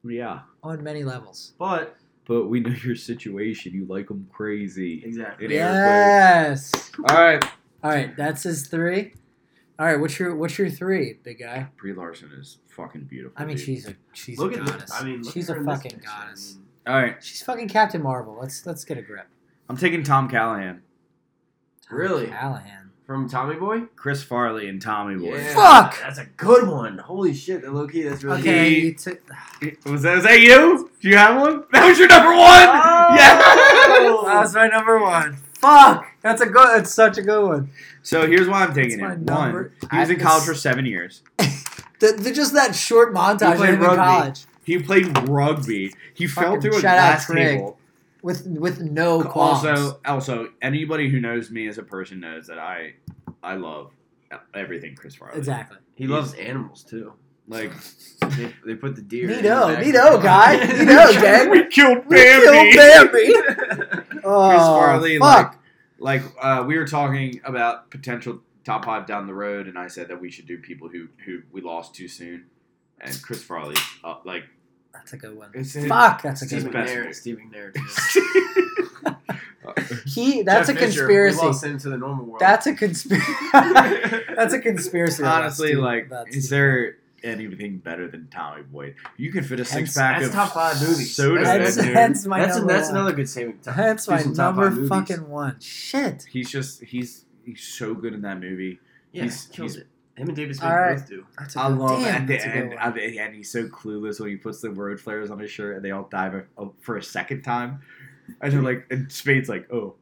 S3: yeah.
S2: on many levels.
S4: But
S3: But we know your situation. You like them crazy.
S4: exactly.
S3: It is.
S2: Yes.
S3: All right.
S2: All right, that's his three. All right, what's your what's your three, big guy?
S3: Brie Larson is fucking beautiful.
S2: I mean,
S3: dude.
S2: she's a she's
S4: Look
S2: a
S4: at
S2: goddess.
S4: this. I mean, look
S2: she's
S4: at her
S2: a
S4: in this
S2: fucking
S4: picture. I
S2: goddess.
S4: mean,
S3: All right.
S2: She's fucking Captain Marvel. Let's let's get a grip.
S3: I'm taking Tom Callahan,
S4: Really?
S2: Callahan.
S4: From Tommy Boy?
S3: Chris Farley, and Tommy Boy.
S4: Yeah,
S2: Fuck!
S4: That's a good one. Holy shit, low key, that's really
S2: Okay,
S3: He-
S2: you took
S3: Was that, was that you? Do you have one? That was your number one.
S2: Ah!
S4: Oh!
S3: Yeah.
S2: That was my number one. Fuck, that's a good. That's such a good one.
S3: So here's why I'm taking
S2: That's my
S3: it. One,
S2: number.
S3: he was in
S2: I-
S3: college for seven years.
S2: The, the, just that short montage of
S3: played
S2: him in
S3: rugby.
S2: college
S3: He played rugby. He fell
S2: Fucking
S3: through a
S2: shout out
S3: glass
S2: Craig.
S3: table.
S2: with with no qualms.
S3: Also, also, anybody who knows me as a person knows that I, I love everything Chris Farley.
S2: exactly.
S4: He loves animals too.
S3: Like
S4: They, they put the deer.
S2: Neato,
S4: in the back
S2: neato,
S4: of the-
S2: guy, neato, gang.
S3: we killed
S2: We killed
S3: Bambi.
S2: Bambi. Oh,
S3: Chris Farley,
S2: fuck.
S3: like, like uh, we were talking about potential top five down the road, and I said that we should do people who who we lost too soon, and Chris Farley, uh, like,
S2: that's a good one.
S3: it's
S2: Fuck, that's a
S3: He's
S4: Steve
S2: good one.
S3: best movie.
S4: McNair. Steve McNair. too.
S2: He. That's
S4: Jeff
S2: a
S4: Fisher,
S2: conspiracy.
S4: We lost him to the normal world.
S2: That's a conspiracy. that's a conspiracy. about
S3: honestly,
S2: Steve-
S3: like,
S2: about
S3: is
S2: Steve.
S3: there anything better than Tommy Boy? You can fit a six
S2: Hence-
S3: pack
S4: that's
S3: of
S4: top five movies.
S3: soda. in
S2: That's,
S3: that dude.
S2: that's my
S4: that's, a,
S2: number
S4: that's
S2: one.
S4: another good saving time.
S2: That's
S4: Do
S2: my
S4: some top five
S2: number
S4: movies.
S2: fucking one. Shit.
S3: He's just he's he's so good in that movie.
S4: Yeah,
S3: He's-
S4: he's, kills
S3: he's-
S4: it. Him and David Spade
S2: All right.
S4: both do.
S2: That's a
S3: I
S2: good,
S3: love
S2: damn,
S3: at the
S2: that's a good
S3: end.
S2: one.
S3: At the end, he's so clueless when he puts the road flares on his shirt and they all dive a, oh, for a second time, and they're like, and Spade's like, "Oh,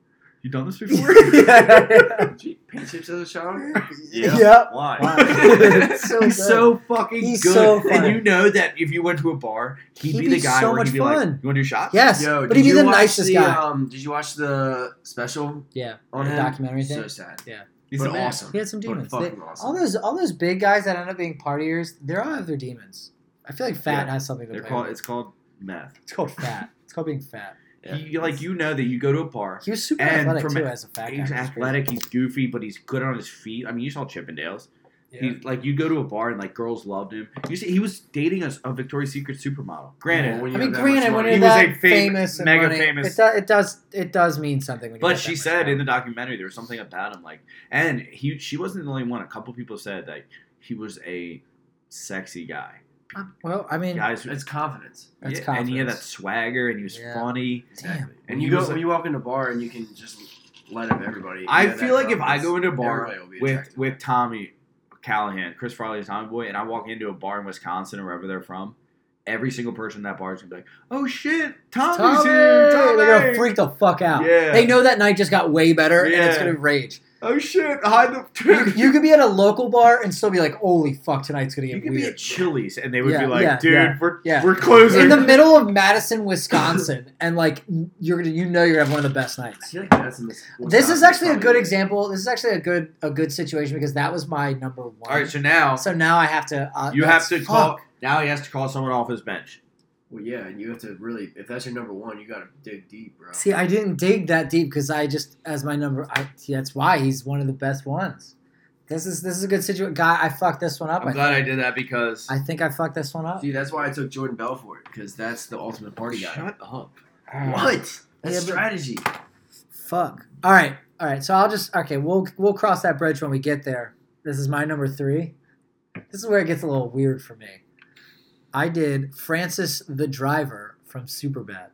S3: you done this before?"
S2: yeah.
S4: Gee, paint chips as a shower.
S2: Yep.
S4: Why?
S2: Wow. It's so
S3: he's
S2: good.
S3: so fucking
S2: He's
S3: good,
S2: so
S3: and
S2: funny.
S3: you know that if you went to a bar, he'd,
S2: He'd
S3: be,
S2: be
S3: the guy
S2: so
S3: where
S2: much
S3: he'd be like,
S2: fun.
S3: "You want to do shots?"
S2: Yes.
S4: Yo,
S2: but
S4: did
S2: he'd be
S4: you
S2: the
S4: watch
S2: nicest
S4: the,
S3: uh,
S2: guy.
S4: Um, did you watch the special
S2: yeah.
S4: on
S2: The
S4: him?
S2: documentary
S4: So
S2: thing?
S4: sad.
S3: He's
S4: but
S3: the man.
S4: awesome.
S2: He had some
S4: But
S2: demons.
S4: fucking
S2: They-
S4: awesome.
S2: all those all those big guys that end up being partiers, they all have their demons. I feel like fat
S3: Yeah.
S2: has something to
S3: They're
S2: play
S3: called.
S2: with.
S3: It's called meth.
S2: It's called fat. it's called being fat.
S4: Yeah.
S3: He, like you know that you go to a bar.
S2: He was super
S3: And
S2: athletic
S3: from
S2: too
S3: a-
S2: as a fat guy.
S3: He's
S2: It was crazy.
S3: athletic. He's goofy, but he's good on his feet. I mean, you saw Chippendales.
S2: Yeah.
S3: He like you go to a bar and like girls loved him. You see, he was dating a, a Victoria's Secret supermodel. Granted,
S4: Well, when
S2: I
S4: you
S2: mean,
S4: have that
S2: granted,
S4: much
S2: when
S4: money-
S2: you're
S3: He was
S2: that
S3: a fam-
S2: famous, and
S3: mega
S2: money,
S3: famous-
S2: it, do, it does it does mean something. When you
S3: but
S2: have
S3: she
S2: that much
S3: said in the
S2: money.
S3: documentary there was something about him like, and he she wasn't the only one. A couple people said like he was a sexy guy.
S2: Um, "Well, I mean,
S3: Guys,
S4: It's confidence.
S2: that's
S3: yeah, and he had that
S2: confidence.
S3: swagger and he was
S2: Yeah.
S3: funny.
S2: Damn.
S4: When
S3: And
S4: you
S3: he
S4: go,
S3: was a-
S4: when you walk in a bar and you can just light up everybody. you
S3: I
S4: know that
S3: feel like if I
S4: confidence,
S3: go into a bar
S4: everybody will be
S3: with
S4: attracted.
S3: with Tommy, Callahan, Chris Farley's Tomboy, and I walk into a bar in Wisconsin or wherever they're from, every single person in that bar is gonna be like, "Oh shit, Tommy's
S2: Tommy!
S3: here! Tommy!
S2: They're gonna freak the fuck out.
S3: Yeah.
S2: They know that night just got way better and it's
S3: Yeah.
S2: gonna rage.
S3: oh shit, hide the
S2: You, you could be at a local bar and still be like, holy fuck, tonight's gonna get
S3: You could be
S2: weird.
S3: at Chili's and they would
S2: Yeah,
S3: be like,
S2: yeah,
S3: dude,
S2: yeah,
S3: we're
S2: yeah.
S3: we're closing.
S2: in the middle of Madison, Wisconsin, and like you're gonna you know you're gonna have one of the best
S4: I
S2: nights.
S4: feel like that's in this.
S2: This is
S4: Wisconsin's
S2: actually a
S4: probably
S2: good
S4: the-
S2: example. This is actually a good a good situation because that was my number one.
S3: All right, so now
S2: so now I have to. Uh,
S3: you have
S2: that's-
S3: to
S2: fuck.
S3: call. Now he has to call someone off his bench.
S4: Well, yeah, and you have to really. If that's your number one, you gotta dig deep, bro.
S2: See, I didn't dig that deep because I just as my number. I, that's why he's one of the best ones. This is this is a good situation. Guy, I fucked this one up.
S3: I'm
S2: I,
S3: glad I did that because
S2: I think I fucked this one up.
S4: See, that's why I took Jordan Belfort because that's the ultimate party guy.
S3: shut up.
S4: What? That's
S2: Yeah, but-
S4: strategy.
S2: Fuck. All right. All right. So I'll just okay. We'll we'll cross that bridge when we get there. This is my number three. This is where it gets a little weird for me. I did Francis the driver from Superbad.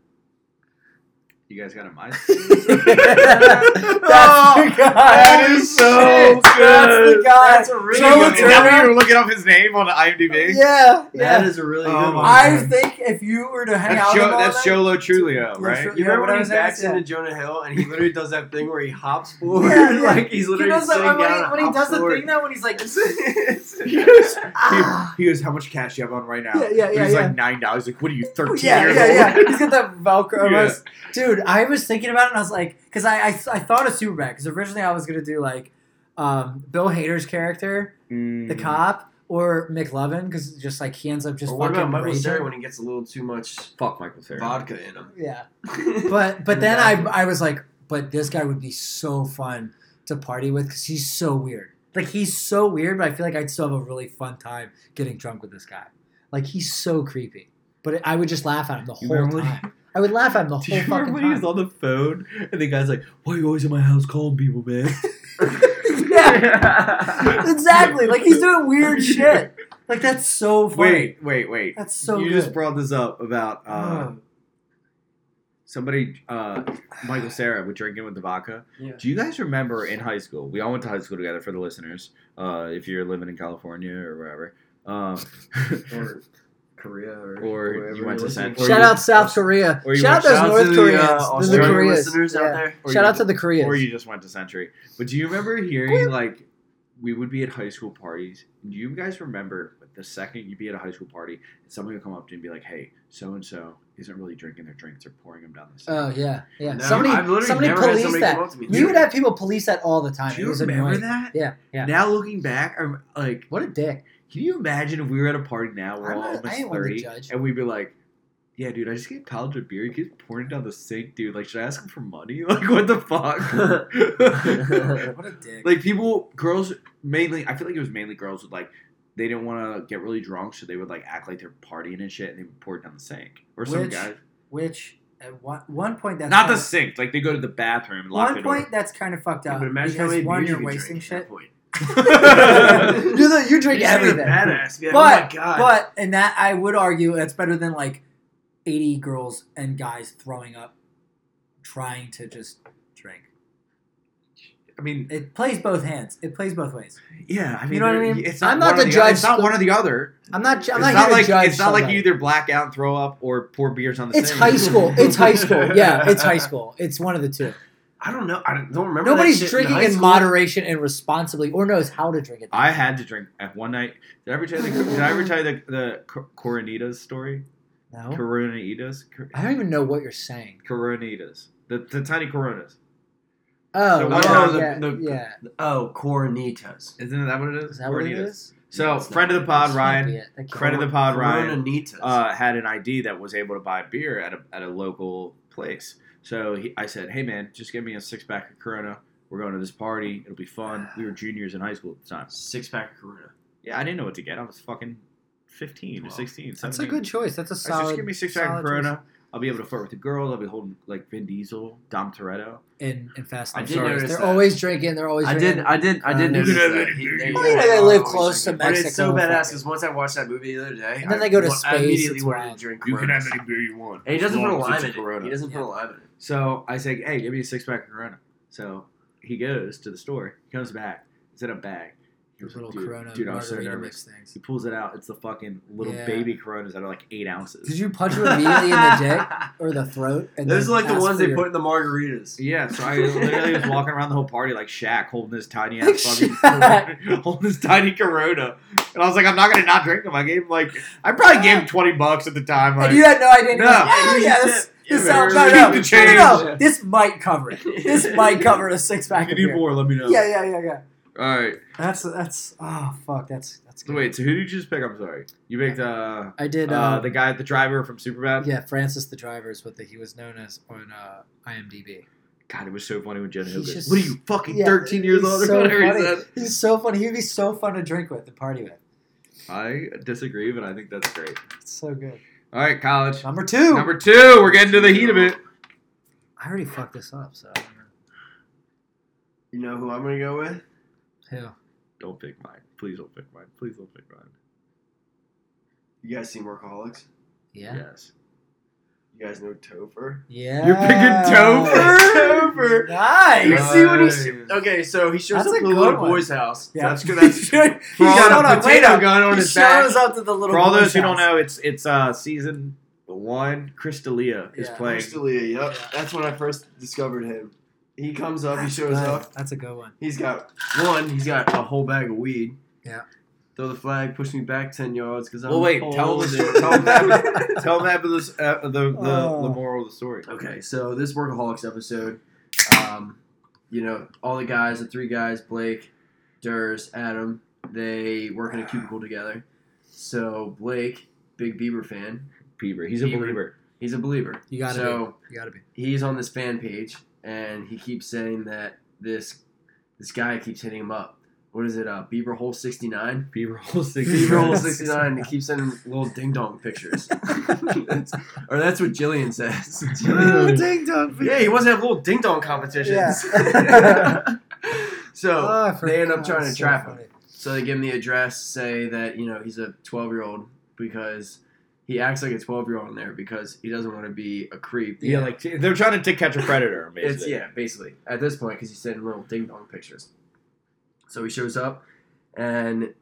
S3: You guys got a mind.
S2: That's
S3: Oh,
S2: the guy.
S3: that is so
S2: Shit, That's the
S3: good.
S2: guy.
S4: a really
S2: Joe
S3: Is that when
S2: Turner?
S3: you were looking up his name on the IMDb?
S2: Yeah. Yeah.
S4: That is a really
S3: Oh
S4: good
S3: my
S4: one.
S2: I think if you were to hang
S3: That's,
S2: out with him
S3: jo-
S2: all
S3: that's
S2: night-
S3: Jolo Trulio, right?
S2: Trulio.
S4: You remember
S2: Yeah,
S4: when he
S2: what I
S4: backs
S2: said.
S4: into Jonah Hill and he literally does that thing where he hops forward,
S2: Yeah, yeah.
S4: like he's
S2: He
S4: literally
S2: does that
S4: sitting
S2: when,
S4: down
S2: he,
S4: and
S2: when he
S4: hops
S2: does the
S4: forward.
S2: thing though when he's like
S3: he, goes,
S2: ah.
S3: he goes, how much cash do you have on right now?
S2: Yeah, yeah,
S3: And
S2: yeah,
S3: He's
S2: yeah.
S3: like nine dollars. Like, what are you, thirteen
S2: yeah,
S3: years
S2: yeah,
S3: old?
S2: yeah. He's got that Velcro.
S3: Yeah.
S2: vest. Dude, I was thinking about it and I was like, because I, I, I thought of Superbad, because originally I was going to do like um, Bill Hader's character, the
S3: Mm.
S2: cop, or McLovin, because just like he ends up just
S4: Or what about
S2: fucking
S4: Michael Cera
S2: raging.
S4: when he gets a little too much
S3: Fuck Michael Sarah.
S4: vodka in him?
S2: Yeah. But, but
S4: In the
S2: then
S4: bathroom.
S2: I, I was like, but this guy would be so fun to party with because he's so weird. Like, he's so weird, but I feel like I'd still have a really fun time getting drunk with this guy. Like, he's so creepy. But it, I would just laugh at him the
S3: You
S2: whole
S3: remember when-
S2: time. I would laugh at him the
S3: Do
S2: whole
S3: you
S2: fucking
S3: remember when he
S2: time.
S3: was on the phone and the guy's like, "Why are you always in my house calling people, man?"
S2: yeah, exactly. Like he's doing weird shit. Like that's so funny.
S3: wait, wait, wait.
S2: that's so
S3: you
S2: good.
S3: just brought this up about uh,
S2: Oh.
S3: somebody, uh, Michael Sarah, was drinking with the vodka.
S4: Yeah.
S3: Do you guys remember in high school? We all went to high school together. For the listeners, uh, if you're living in California or wherever, um,
S4: or Korea, or,
S3: Or
S4: wherever
S3: you went to
S4: you're listening
S3: Central- Or
S2: Shout
S3: you-
S2: out South Korea.
S3: or you
S2: Shout out
S3: want-
S2: those
S4: shout out
S2: North
S4: to the,
S2: Koreans,
S4: uh,
S2: the,
S4: Australian
S2: Koreas.
S4: listeners out
S2: Yeah.
S4: there.
S3: Or
S2: Shout
S3: you-
S2: out to the Koreas.
S3: or you just went to Century. But do you remember hearing like we would be at high school parties? and Do you guys remember the second you'd be at a high school party and someone would come up to you and be like, "Hey, so and so isn't really drinking their drinks; they're pouring them down the side."
S2: oh yeah, yeah.
S4: No, I've
S2: somebody,
S4: literally
S2: somebody
S4: never had
S2: police
S4: somebody come
S2: that.
S4: up to me.
S2: We would have people police that all the time.
S3: do
S2: it
S3: you
S2: was
S3: remember
S2: annoying.
S3: that?
S2: Yeah, yeah.
S3: Now looking back, I'm like,
S2: What a dick.
S3: can you imagine if we were at a party now, we're
S2: I'm
S3: all
S2: not- I
S3: almost
S2: ain't one to
S3: thirty,
S2: judge.
S3: and we'd be like, "Yeah, dude, I just gave Kyle a beer. He keeps pouring it down the sink, dude. Like, should I ask him for money? Like, what the fuck?"
S2: What a dick.
S3: like people girls mainly i feel like it was mainly girls would like they didn't want to get really drunk so they would like act like they're partying and shit and they would pour it down the sink or some
S2: Which-
S3: guys
S2: Which at one, one point that's
S3: not
S2: kind
S3: the
S2: of-
S3: sink like they go to the bathroom and lock
S2: one
S3: the
S2: point that's kind of fucked
S4: Yeah,
S2: up
S4: but imagine how
S2: because
S4: many
S2: one
S4: beers
S2: you're
S4: you
S2: wasting
S4: drink at that
S2: shit.
S4: point.
S3: door
S2: You're the- you drink
S4: You're just being a
S2: everything.
S4: Badass. Be like,
S2: But-
S4: oh my god.
S2: But and that I would argue that's better than like eighty girls and guys throwing up trying to just drink.
S3: i mean
S2: It plays both hands. It plays both ways.
S3: yeah i mean
S2: You know what I
S3: they're-
S2: mean?
S3: it's not
S2: I'm not
S3: one or
S2: the
S3: other.
S2: judge.
S3: it's not one or the other
S2: I'm not. ju- I'm
S3: it's
S2: not, here
S3: not
S2: to
S3: like
S2: judge
S3: it's not like
S2: somebody.
S3: you either black out and throw up or pour beers on the
S2: It's
S3: sink
S2: high school. It's high school. Yeah, it's high school. It's one of the two.
S4: I don't know. I don't don't remember. that
S2: Nobody's
S4: shit
S2: drinking
S4: in,
S2: in,
S4: high school.
S2: moderation and responsibly, or knows how to drink it.
S3: I had to drink at one night. Did I ever tell you the, did I ever tell you the, the Cor- Coronitas story?
S2: No,
S3: Coronitas? Cor-
S2: I don't even know what you're saying.
S3: Coronitas. The, the tiny Coronas.
S2: Oh,
S3: So
S2: yeah,
S3: what
S4: are the-
S2: yeah,
S4: the-
S2: yeah.
S4: Oh, coronitas.
S3: Isn't that what it is?
S2: Is that what it
S3: Coronitas.
S2: is?
S3: So,
S4: No, it's
S3: friend
S4: not.
S3: of the pod,
S2: That can't be
S3: Ryan,
S2: it. That can't
S3: Friend of
S2: be
S3: the pod, Ryan.
S4: Coronitas.
S3: uh, had an ID that was able to buy beer at a, at a local place. So he, I said, hey, man, just give me a six pack of Corona. We're going to this party. It'll be fun. We were juniors in high school at the time.
S4: Six pack of Corona.
S3: Yeah, I didn't know what to get. I was fucking 15 or
S4: Wow.
S3: 16.
S2: That's a
S3: 17.
S2: good choice. That's a
S3: I said, just
S2: solid.
S3: give me six pack of
S2: solid
S3: Corona.
S2: choice.
S3: I'll be able to flirt with the girls. I'll be holding like Vin Diesel, Dom Toretto.
S2: in, in Fast
S4: I
S2: and
S4: did
S2: Furious.
S4: notice
S2: They're
S4: that.
S2: always drinking. They're always.
S4: I
S2: drinking.
S4: did. I did. I did
S2: Um,
S4: notice
S3: You could have
S4: that.
S3: that
S4: He-
S3: beer.
S4: they-
S2: Well, you know, they live
S4: Oh,
S2: close to
S4: But it's so
S2: Mexico.
S4: badass because once I watched that movie the other day,
S2: And then
S4: I-
S2: they go to
S4: well, I
S2: space,
S4: immediately
S2: it's
S4: wanted
S2: wild.
S4: to drink.
S3: You can
S4: Coronas.
S3: have any beer you want.
S4: And he doesn't
S3: As
S4: put a
S3: long as
S4: lime
S3: it's
S4: in it. He doesn't put a
S2: Yeah.
S4: lime in it.
S3: So I say, hey, give me a six pack of Corona. So he goes to the store. He comes back. It's in a bag. He was like,
S2: little
S3: dude,
S2: Corona
S3: dude, I'm so
S2: margarita
S3: nervous.
S2: mix things.
S3: He pulls it out. It's the fucking little
S2: Yeah.
S3: baby Coronas that are like eight ounces.
S2: Did you punch him immediately in the dick or the throat? And
S4: Those are
S2: then
S4: like the
S2: ask
S4: ones
S2: for
S4: they
S2: your-
S4: put in the margaritas.
S3: Yeah, so I literally was walking around the whole party like Shaq, holding this tiny
S2: Like
S3: ass fucking
S2: Shaq.
S3: Corona, holding this tiny Corona, and I was like, I'm not gonna not drink them. I gave him like I probably gave him twenty bucks at the time. Like,
S2: And you had no idea. and you're
S3: No.
S2: like, yeah,
S4: Here's
S2: yeah,
S4: your
S2: this,
S4: tip.
S2: this
S3: Yeah,
S2: sounds
S3: we're
S2: no,
S3: just
S2: no,
S3: keeping
S2: no,
S3: the
S2: no, no.
S4: change.
S2: This might cover it. This might cover a six pack.
S3: if you
S2: Of
S3: need
S2: beer.
S3: more, let me know.
S2: Yeah, yeah, yeah, yeah.
S3: All right.
S2: That's that's oh fuck. That's that's
S3: So
S2: good.
S3: wait. So who did you just pick? I'm sorry. You picked uh,
S2: I did.
S3: uh
S2: Uh,
S3: the guy, the driver from Superbad.
S2: yeah, Francis the Driver is what the, he was known as on uh, IMDb.
S3: God, it was so funny when Jenna Hill
S2: He's
S3: goes,
S2: just-
S3: "What are you fucking
S2: Yeah,
S3: 13 years
S2: he's
S3: old?" or
S2: so
S3: whatever he
S2: funny.
S3: said.
S2: He's so funny. He'd be so fun to drink with and party with.
S3: I disagree, but I think that's great.
S2: It's so good.
S3: All right, college.
S2: Number two.
S3: Number two, we're getting to the heat of it.
S2: I already fucked this up, so. I
S4: You know who I'm gonna go with?
S2: don't know.
S3: Don't pick mine. Please don't pick mine. Please don't pick mine.
S4: You guys see Workaholics?
S2: Who? Yeah.
S3: Yes.
S4: You guys know Topher?
S2: Yeah.
S3: You're picking Topher?
S4: Topher.
S2: Nice.
S4: You see what he's
S3: Nice.
S4: okay. So he shows
S2: That's
S4: up
S2: a
S4: to the
S2: good
S4: little
S2: one.
S4: boy's house.
S2: Yeah.
S4: That's good. That's
S2: he showed, he showed up. Wait up.
S3: gun
S2: He shows up to the little.
S3: For all
S2: boy's
S3: those who don't
S2: house.
S3: know, it's it's uh season one. Crystalia is
S2: Yeah.
S3: playing.
S4: Crystalia, yep.
S2: Yeah.
S4: That's when I first discovered him. He comes up, he
S2: That's
S4: shows
S2: good.
S4: up.
S2: That's a good one.
S4: He's got one, he's got a whole bag of weed.
S2: Yeah.
S4: Throw the flag, push me back 10 yards because I'm.
S3: Well, wait,
S4: old.
S3: tell him the- tell him that- Tell them after this, uh, the the, the
S2: Oh.
S3: moral of the story.
S4: Okay, so this Workaholics episode, um, you know, all the guys, the three guys, Blake, Durs, Adam, they work in a cubicle together. So Blake, big Bieber fan,
S3: Bieber, he's a
S4: Bieber.
S3: believer.
S4: he's a believer.
S2: You gotta
S4: so,
S2: be. You gotta be.
S4: he's on this fan page and he keeps saying that this this guy keeps hitting him up. What is it? Uh, Bieber Hole 69?
S3: Bieber hole six.
S4: Bieber Hole 69 he keeps sending little ding dong pictures. That's- or that's what Jillian says.
S3: Little
S2: ding dong.
S4: yeah, he wants to have little ding dong competitions.
S2: Yeah.
S4: so they
S2: Oh,
S4: end up trying to trap him. So they give him the address, say that, you know, he's a 12 year old because he acts like a 12 year old in there because he doesn't want to be a creep.
S3: Yeah, like they're trying to catch a predator. Basically.
S4: It's yeah, basically at this point because he's sending little ding dong pictures. So he shows up, and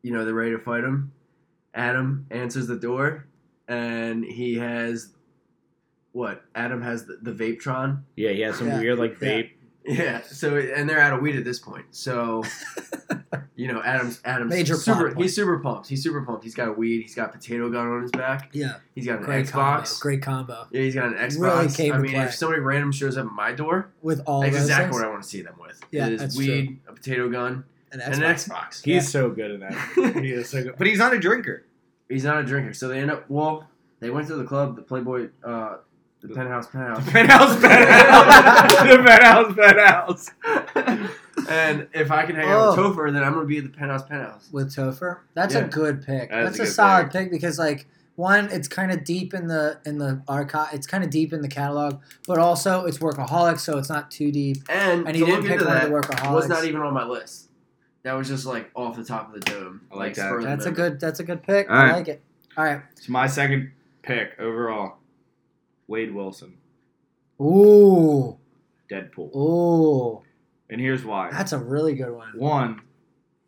S4: you know they're ready to fight him. Adam answers the door, and he has what? Adam has the, the Vapetron.
S3: yeah. He has some
S2: Yeah.
S3: weird like
S2: Yeah.
S3: vape.
S4: Yeah. So and they're out of weed at this point. So you know Adam's Adam's
S2: Major plot
S4: super.
S2: point.
S4: He's super pumped. He's super pumped. He's got a weed. He's got potato gun on his back.
S2: Yeah.
S4: He's got an
S2: Great combo.
S4: Xbox.
S2: Great combo
S4: Yeah, he's got an Xbox.
S2: came
S4: I
S2: to
S4: mean,
S2: play.
S4: if somebody random shows up at my door,
S2: with all
S4: That's
S2: those
S4: exactly
S2: things.
S4: what I want to see them with.
S2: Yeah,
S4: It is
S2: that's
S4: weed, a potato gun,
S2: An
S4: and an Xbox.
S3: He's so good in that. He is so good, but he's not a drinker.
S4: He's not a drinker, so they end up. Well, they went to the club, the Playboy, uh, the penthouse, penthouse,
S3: Penthouse, penthouse, the penthouse, penthouse.
S4: and if I can hang out
S2: Oh.
S4: with Topher, then I'm gonna be at the penthouse, penthouse.
S2: with Topher. That's
S4: Yeah.
S2: a good pick.
S3: That is
S2: That's
S3: a
S2: a,
S3: good
S2: solid pick. because like one, it's kind of deep in the in the archive. It's kind of deep in the catalog, but also it's workaholic, so it's not too deep.
S4: And,
S2: And
S4: to
S2: he
S4: look
S2: didn't pick
S4: into
S2: one
S4: that,
S2: of the workaholics.
S4: was not even on my list. That was just like off the top of the dome.
S3: I like that.
S4: spur of the
S2: that's a
S4: moment.
S2: good. That's a good pick.
S3: All
S2: I
S3: right.
S2: like it. All right.
S3: So my second pick overall, Wade Wilson,
S2: Ooh,
S3: Deadpool.
S2: ooh,
S3: And here's why.
S2: that's a really good one.
S3: One,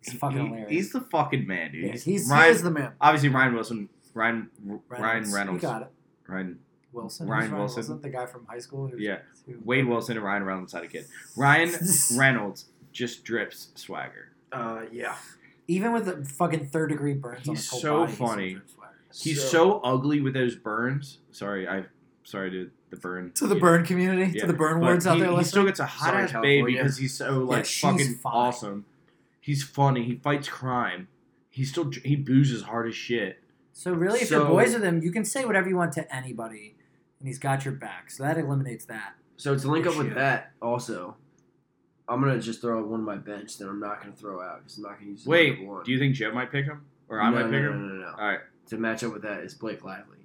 S2: It's fucking
S3: he-
S2: hilarious.
S3: he's the fucking man, dude.
S2: Yeah, he's,
S3: Ryan,
S2: he's the man.
S3: obviously Ryan Wilson, Ryan Ryan
S2: You
S3: Reynolds,
S2: got it.
S3: Ryan
S2: Wilson.
S3: Ryan
S2: Who's
S3: Wilson?
S2: the guy from high school. Who's,
S3: Yeah.
S2: who-
S3: Wade Wilson and Ryan Reynolds had a kid. Ryan Reynolds just drips swagger.
S4: Uh, yeah.
S2: Even with the fucking third degree burns, on
S3: He's
S2: his
S3: so
S2: whole body, he's
S3: funny.
S2: so funny.
S3: He's so ugly with those burns. Sorry, I sorry to the burn
S2: to the burn community,
S3: Yeah,
S2: to the burn
S3: But
S2: words out
S3: he,
S2: there.
S3: he
S2: listening.
S3: still gets a hot
S4: Sorry,
S3: ass
S4: California.
S3: baby because he's so like
S2: she's
S3: fucking
S2: fine.
S3: awesome. He's funny. He fights crime. He still dr- he boozes hard as shit.
S2: So really, if
S4: So-
S2: you're boys with him, you can say whatever you want to anybody, and he's got your back. So that eliminates that.
S4: So to link up with
S2: Shit.
S4: that, also, I'm gonna just throw out one of my bench that I'm not gonna throw out because I'm not gonna use. the
S3: Wait,
S4: number one.
S3: do you think Joe might pick him or I
S4: no,
S3: might
S4: no,
S3: pick
S4: no,
S3: him?
S4: No, no, no.
S3: All right.
S4: To match up with that is Blake Lively.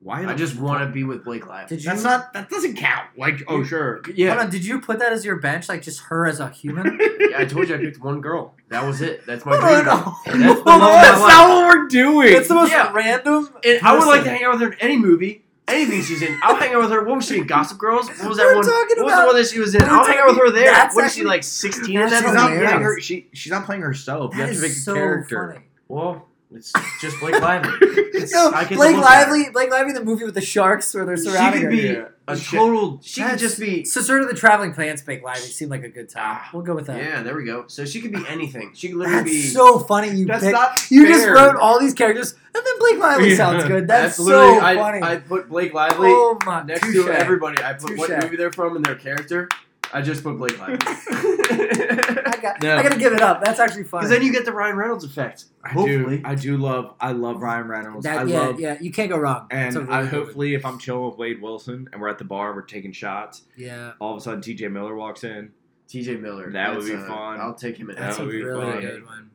S3: Why?
S4: I
S3: the-
S4: just want to be with Blake Lively.
S2: Did you?
S3: That's not. That doesn't count. Like, oh sure.
S2: Hold
S4: Yeah,
S2: on, did you put that as your bench, like just her as a human?
S4: I told you I picked one girl. That was it. That's my
S2: Hold on,
S4: dream.
S2: no.
S4: That's the
S2: Hold
S4: number
S2: on,
S4: one
S3: That's
S4: line.
S3: not what we're doing.
S2: It's the most
S4: Yeah.
S2: random.
S4: And I would like to
S2: person.
S4: hang out with her in any movie, anything she's in. I'll hang out with her. What was she in? Gossip Girls? What was that
S2: We're
S4: one?
S2: talking
S4: what was
S2: about-
S4: the one that she was in?
S2: we're
S4: I'll hang out with her there.
S2: that's
S4: What is she
S2: actually-
S4: like? Sixteen at that
S2: that's
S3: She's
S4: point?
S3: not
S2: hilarious.
S3: playing her. She she's not playing herself. You
S2: That
S3: have to
S2: is
S3: make a
S2: so
S3: character.
S2: funny.
S4: Well, it's just Blake Lively. It's-
S2: No,
S4: I get to
S2: Blake
S4: look at her.
S2: Lively. Blake Lively, in the movie with the sharks where they're
S4: She
S2: surrounding her.
S4: could be
S5: Yeah.
S4: a
S2: Shit.
S4: total. She
S2: That's-
S4: could just be.
S2: So sort of the traveling plants make live. It seemed like a good time.
S4: Ah,
S2: We'll go with that.
S4: Yeah, there we go. So she could be anything. She could literally
S2: That's
S4: be.
S2: so funny. You
S3: That's
S2: picked-
S3: not
S2: you just
S3: fair.
S2: wrote all these characters, and then Blake Lively
S3: Yeah.
S2: sounds good. That's,
S4: literally-
S2: so
S4: I,
S2: funny.
S4: I put Blake Lively
S2: oh my,
S4: next
S2: touche.
S4: to everybody. I put
S2: Touche.
S4: what movie they're from and their character. I just put Blake Lively.
S2: I, got,
S5: No.
S2: I gotta give it up. That's actually funny.
S4: Because then you get the Ryan Reynolds effect.
S3: I
S4: Hopefully.
S3: do. I do love. I love Ryan Reynolds.
S2: That-
S3: I
S2: yeah,
S3: love.
S2: yeah, you can't go wrong. It's
S3: And
S2: a really
S3: I
S2: good one.
S3: hopefully, if I'm chilling with Wade Wilson and we're at the bar, and we're taking shots.
S2: yeah,
S3: All of a sudden, T.J. Miller walks in.
S4: TJ Miller.
S3: That would
S4: That's,
S3: be
S4: uh,
S3: fun.
S4: I'll take him in.
S2: that's
S3: That
S2: a
S3: would be
S2: really
S3: fun.
S2: good one.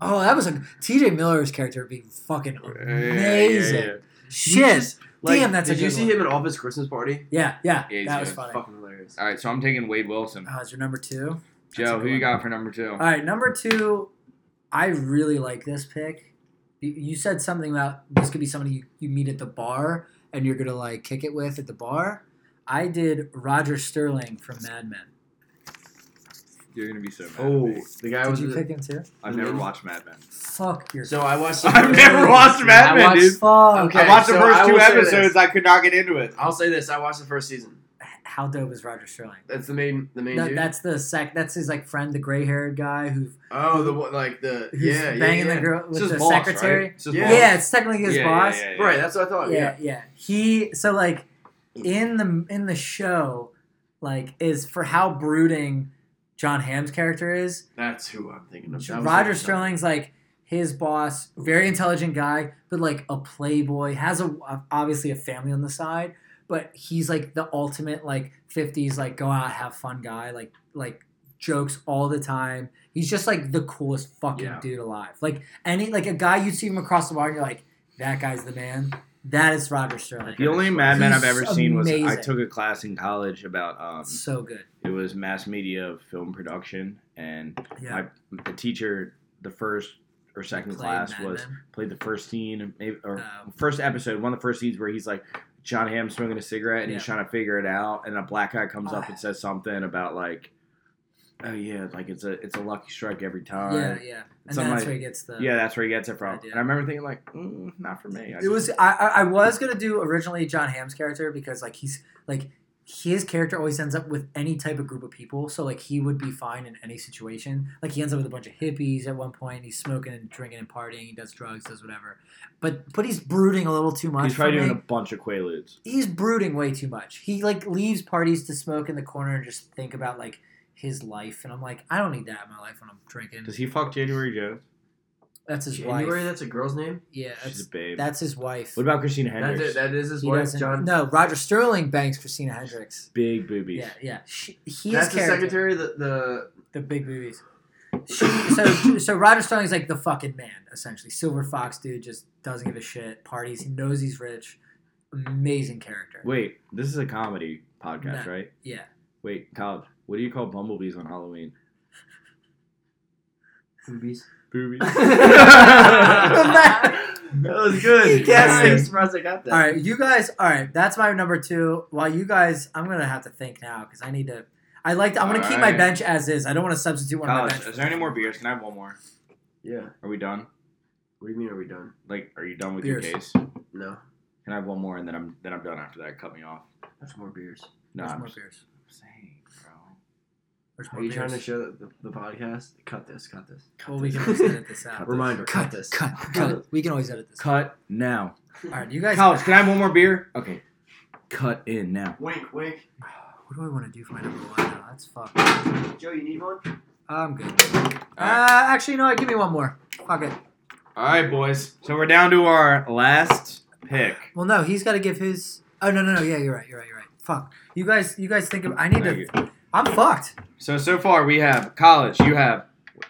S2: Oh, that was a T.J. Miller's character would be fucking
S3: Yeah,
S2: amazing.
S3: Yeah, yeah,
S2: Shit.
S4: He's- like,
S2: Damn, that's a
S4: Did you
S2: good
S4: see
S2: one.
S4: him at Office Christmas Party?
S2: Yeah, yeah,
S3: Yeah, he's
S2: that was
S3: good.
S2: funny.
S4: Fucking hilarious.
S3: All right, so I'm taking Wade Wilson.
S2: Oh, is your number two? That's a
S3: Joe,
S2: good
S3: who you
S2: one.
S3: got for number two?
S2: All right, number two. I really like this pick. You- You said something about this could be somebody you, you meet at the bar and you're gonna like kick it with at the bar. I did Roger Sterling from Mad Men.
S3: You're gonna be so mad. at
S4: Oh,
S3: me.
S4: the guy
S2: Did
S4: was.
S2: you
S4: the-
S2: pick him too?
S3: I've never watched Mad Men.
S2: Fuck your.
S4: So I watched.
S3: I've never watched Mad Men,
S4: I watched,
S3: dude.
S2: fuck.
S4: Okay,
S3: I watched the
S4: so
S3: first
S4: I
S3: two
S4: will say this.
S3: episodes. I could not get into it.
S4: I'll say this: I watched the first season.
S2: How dope is Roger Sterling?
S4: That's the main, the main
S2: That,
S4: dude.
S2: that's the sec. That's his like friend, the gray-haired guy who
S4: oh, the one like the
S2: who's
S4: yeah, yeah,
S2: banging
S4: yeah.
S2: the girl
S3: It's
S2: with
S3: his
S2: the
S3: boss, right?
S2: secretary.
S3: It's his
S4: Yeah.
S3: boss.
S2: Yeah, it's technically his
S3: Yeah, yeah,
S2: boss.
S3: yeah, yeah.
S4: Right, that's what I thought.
S2: yeah, yeah. He so like in the in the show, like is for how brooding John Hamm's character is.
S4: That's who I'm thinking of. That was
S2: Roger
S4: the-
S2: Sterling's like his boss, very intelligent guy, but like a playboy, has a obviously a family on the side, but he's like the ultimate like 50s like go out have fun guy, like like jokes all the time. He's just like the coolest fucking
S4: Yeah.
S2: dude alive. Like any like a guy you see him across the bar and you're like that guy's the man. That is Roger Sterling.
S3: The only Mad Men I've
S2: He's
S3: ever seen was I
S2: amazing.
S3: took a class in college about um,
S2: So good.
S3: it was mass media of film production, and
S2: Yeah.
S3: I- the teacher, the first or second
S2: Played
S3: class
S2: Mad
S3: was
S2: Men.
S3: played the first scene and maybe or
S2: Um,
S3: first episode, one of the first scenes where he's like John Hamm smoking a cigarette and he's
S2: Yeah.
S3: trying to figure it out, and a black guy comes
S2: Oh,
S3: up and says something about like, oh yeah, like it's a it's a lucky strike every time.
S2: yeah, yeah. And
S3: somebody-
S2: that's where he gets the
S3: Yeah, that's where he gets it from.
S2: Idea.
S3: And I remember thinking like, mm, not for me. I
S2: It was I, I I was gonna do originally John Hamm's character because like he's like his character always ends up with any type of group of people, so like he would be fine in any situation. Like he ends up with a bunch of hippies at one point. He's smoking and drinking and partying. He does drugs, does whatever. But but he's brooding a little too much.
S3: he's probably
S2: for me.
S3: doing a bunch of quaaludes.
S2: he's brooding way too much. He like leaves parties to smoke in the corner and just think about like his life. And I'm like, I don't need that in my life when I'm drinking.
S3: Does he fuck January Joe?
S2: That's his
S4: January.
S2: wife.
S4: That's a girl's name.
S2: Yeah,
S3: She's
S2: that's
S3: a babe.
S2: that's his wife.
S3: What about Christina
S4: That's
S3: Hendricks?
S4: it. That is his
S2: He
S4: wife,
S2: doesn't-
S4: John.
S2: No, Roger Sterling banks Christina Hendricks.
S3: Big boobies.
S2: Yeah, yeah. She, he's
S4: that's the
S2: character-
S4: secretary. The, the
S2: The big movies. She, so, so Roger Sterling's like the fucking man, essentially. Silver Fox dude just doesn't give a shit. Parties. He knows he's rich. Amazing character.
S3: Wait, this is a comedy podcast,
S2: No.
S3: right?
S2: Yeah.
S3: Wait, Kyle, what do you call bumblebees on Halloween?
S4: boobies.
S3: Boobies.
S4: that was good.
S2: He guessed
S3: it.
S4: I'm surprised I got that.
S2: All right, you guys. All right, that's my number two. While you guys, I'm gonna have to think now because I need to. I like. To, I'm gonna
S3: All
S2: keep my
S3: right.
S2: bench as is. I don't want to substitute one of my
S3: Kyle,
S2: bench.
S3: is there any more beers? Can I have one more?
S4: Yeah.
S3: Are we done?
S4: What do you mean? Are we done?
S3: Like, are you done with
S2: Beers.
S3: your case?
S4: No.
S3: Can I have one more and then I'm then I'm done after that? Cut me off.
S4: There's more beers.
S3: No,
S2: There's
S3: I'm
S2: more
S3: just
S2: beers.
S3: saying, bro.
S2: There's more
S4: Are you trying to
S2: beers.
S4: show the, the podcast? Cut this. Cut this.
S2: Well, we can always edit this out.
S4: Reminder. Cut,
S2: Cut,
S4: this.
S2: cut, cut. We can always edit this.
S3: Cut now.
S2: All right, you guys.
S3: Kyle, can I have one more beer? Okay. Cut in now.
S4: Wink, wink.
S2: What do I want to do for my number one? Now? That's fucked. Uh,
S4: Joe, you need one?
S2: I'm good. Uh, actually, you know what? Give me one more. Fuck it.
S3: All right, boys. So we're down to our last pick.
S2: Well, no, he's got to give his. Oh no, no, no. Yeah, you're right. You're right. You're right. Fuck. You guys. You guys think of. I need
S3: Thank
S2: to.
S3: you.
S2: I'm fucked.
S3: So so far we have college. You have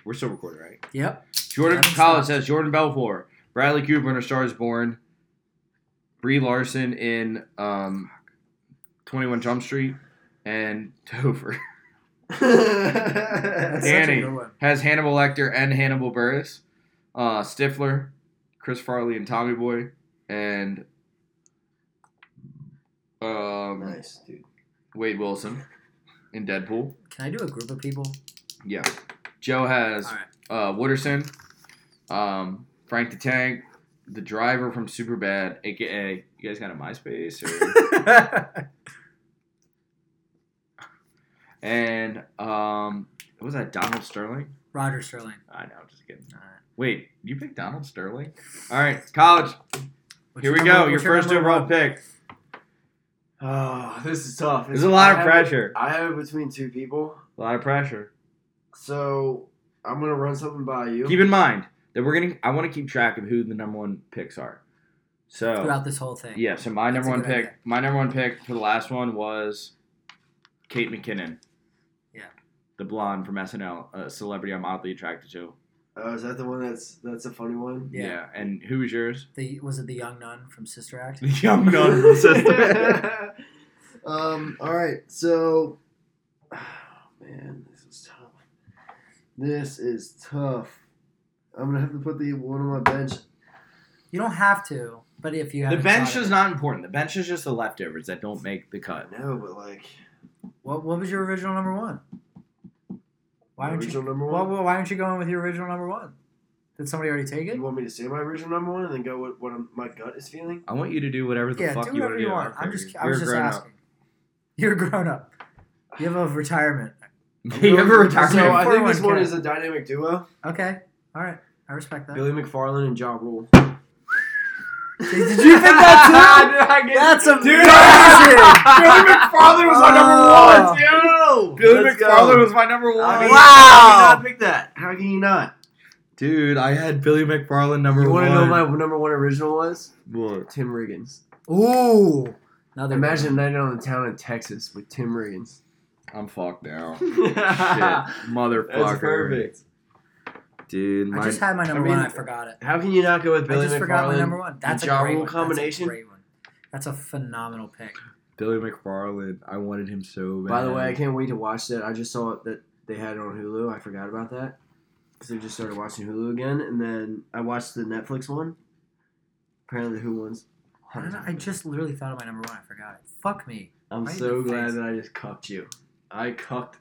S3: we're still recording, right?
S2: Yep.
S3: Jordan
S2: Yeah, I'm
S3: college
S2: stopped.
S3: has Jordan Belfort, Bradley Cooper in A Star Is Born, Brie Larson in um, Twenty One Jump Street, and Topher
S2: That's
S4: Damn.
S2: such a
S3: Danny.
S2: good one.
S3: has Hannibal Lecter and Hannibal Burris, uh, Stifler, Chris Farley and Tommy Boy, and Um,
S4: Nice, dude.
S3: Wade Wilson in Deadpool.
S2: Can I do a group of people?
S3: Yeah. Joe has
S2: Alright.
S3: uh, Wooderson, um, Frank the Tank, the driver from Superbad, aka you guys got a MySpace, or, and um, what was that Donald Sterling?
S2: Roger Sterling.
S3: I know, just kidding.
S2: Alright.
S3: Wait, you picked Donald Sterling? All right, college. Here we go. Your first overall pick.
S4: Oh, this is tough.
S3: There's a lot
S4: I
S3: of
S4: have-
S3: pressure.
S4: I have it between two people,
S3: A lot of pressure.
S4: so I'm gonna run something by you.
S3: Keep in mind that we're gonna. I want to keep track of who the number one picks are. So
S2: Throughout this whole thing.
S3: Yeah, so my
S2: That's
S3: number
S2: a
S3: one
S2: good
S3: pick,
S2: idea.
S3: my number one pick for the last one was Kate McKinnon.
S2: Yeah.
S3: The blonde from SNL, a celebrity I'm oddly attracted to.
S4: Oh, is that the one that's that's a funny one?
S2: Yeah.
S3: And who was yours?
S2: The was it the young nun from Sister Act?
S3: The young nun sister.
S4: um. All right. So, oh, man, this is tough. This is tough. I'm gonna have to put the one on my bench.
S2: You don't have to, but if you
S3: the
S2: haven't
S3: bench
S2: thought of
S3: is
S2: it-
S3: not important. The bench is just the leftovers that don't make the cut.
S4: No, but like
S2: What What was your original number one? Why don't you?
S4: original number
S2: Why,
S4: one.
S2: why aren't you going with your original number one? Did somebody already take it?
S4: you want me to say my original number one and then go what what I'm- my gut is feeling?
S3: I want you to do whatever the
S2: Yeah,
S3: fuck
S2: do
S3: you
S2: whatever
S3: want to
S2: you
S3: do.
S2: want. I'm
S3: Okay,
S2: just.
S3: you're
S2: I was
S3: a
S2: just
S3: grown up.
S2: asking. You're a grown up. You have a retirement.
S3: you have a
S4: So
S3: retirement.
S4: I think this one
S2: 401k.
S4: is a dynamic duo:
S2: Okay. All right. I respect that.
S4: Billy McFarlane and Ja Rule.
S2: Did you pick that too? That's amazing.
S3: McFarlane
S2: was my number one,
S3: Yo! Billy
S4: Let's go.
S3: McFarlane was my number one.
S4: I mean, How can you
S2: Oh, Wow.
S4: not pick that? How can you not?
S3: Dude, I had Billy McFarland number
S4: You
S3: one.
S4: want to know my number one original was?
S3: What?
S4: Tim Riggins.
S2: Ooh. Now they're-
S4: Imagine a night out on the town in Texas with Tim Riggins.
S3: I'm fucked now. Shit.
S4: Shit.
S3: Motherfucker. Dude,
S2: I
S3: my,
S2: just had my number
S4: I mean-
S2: one. I forgot it.
S4: How can you not go with Billy
S2: I just forgot my
S4: McFarlane?
S2: number one. That's a,
S4: Ja
S2: great
S4: Rule
S2: one. That's a
S4: combination?
S2: great one. That's a phenomenal pick.
S3: Billy McFarland. I wanted him so bad.
S4: By the way, I can't wait to watch that. I just saw it that they had it on Hulu. I forgot about that because I just started watching Hulu again, and then I watched the Netflix one. Apparently, who wins?
S2: I, don't know, I just literally thought of my number one. I forgot it. Fuck me.
S4: I'm
S2: Right in
S4: so
S2: the
S4: glad
S2: face.
S4: that I just cucked you. I cucked,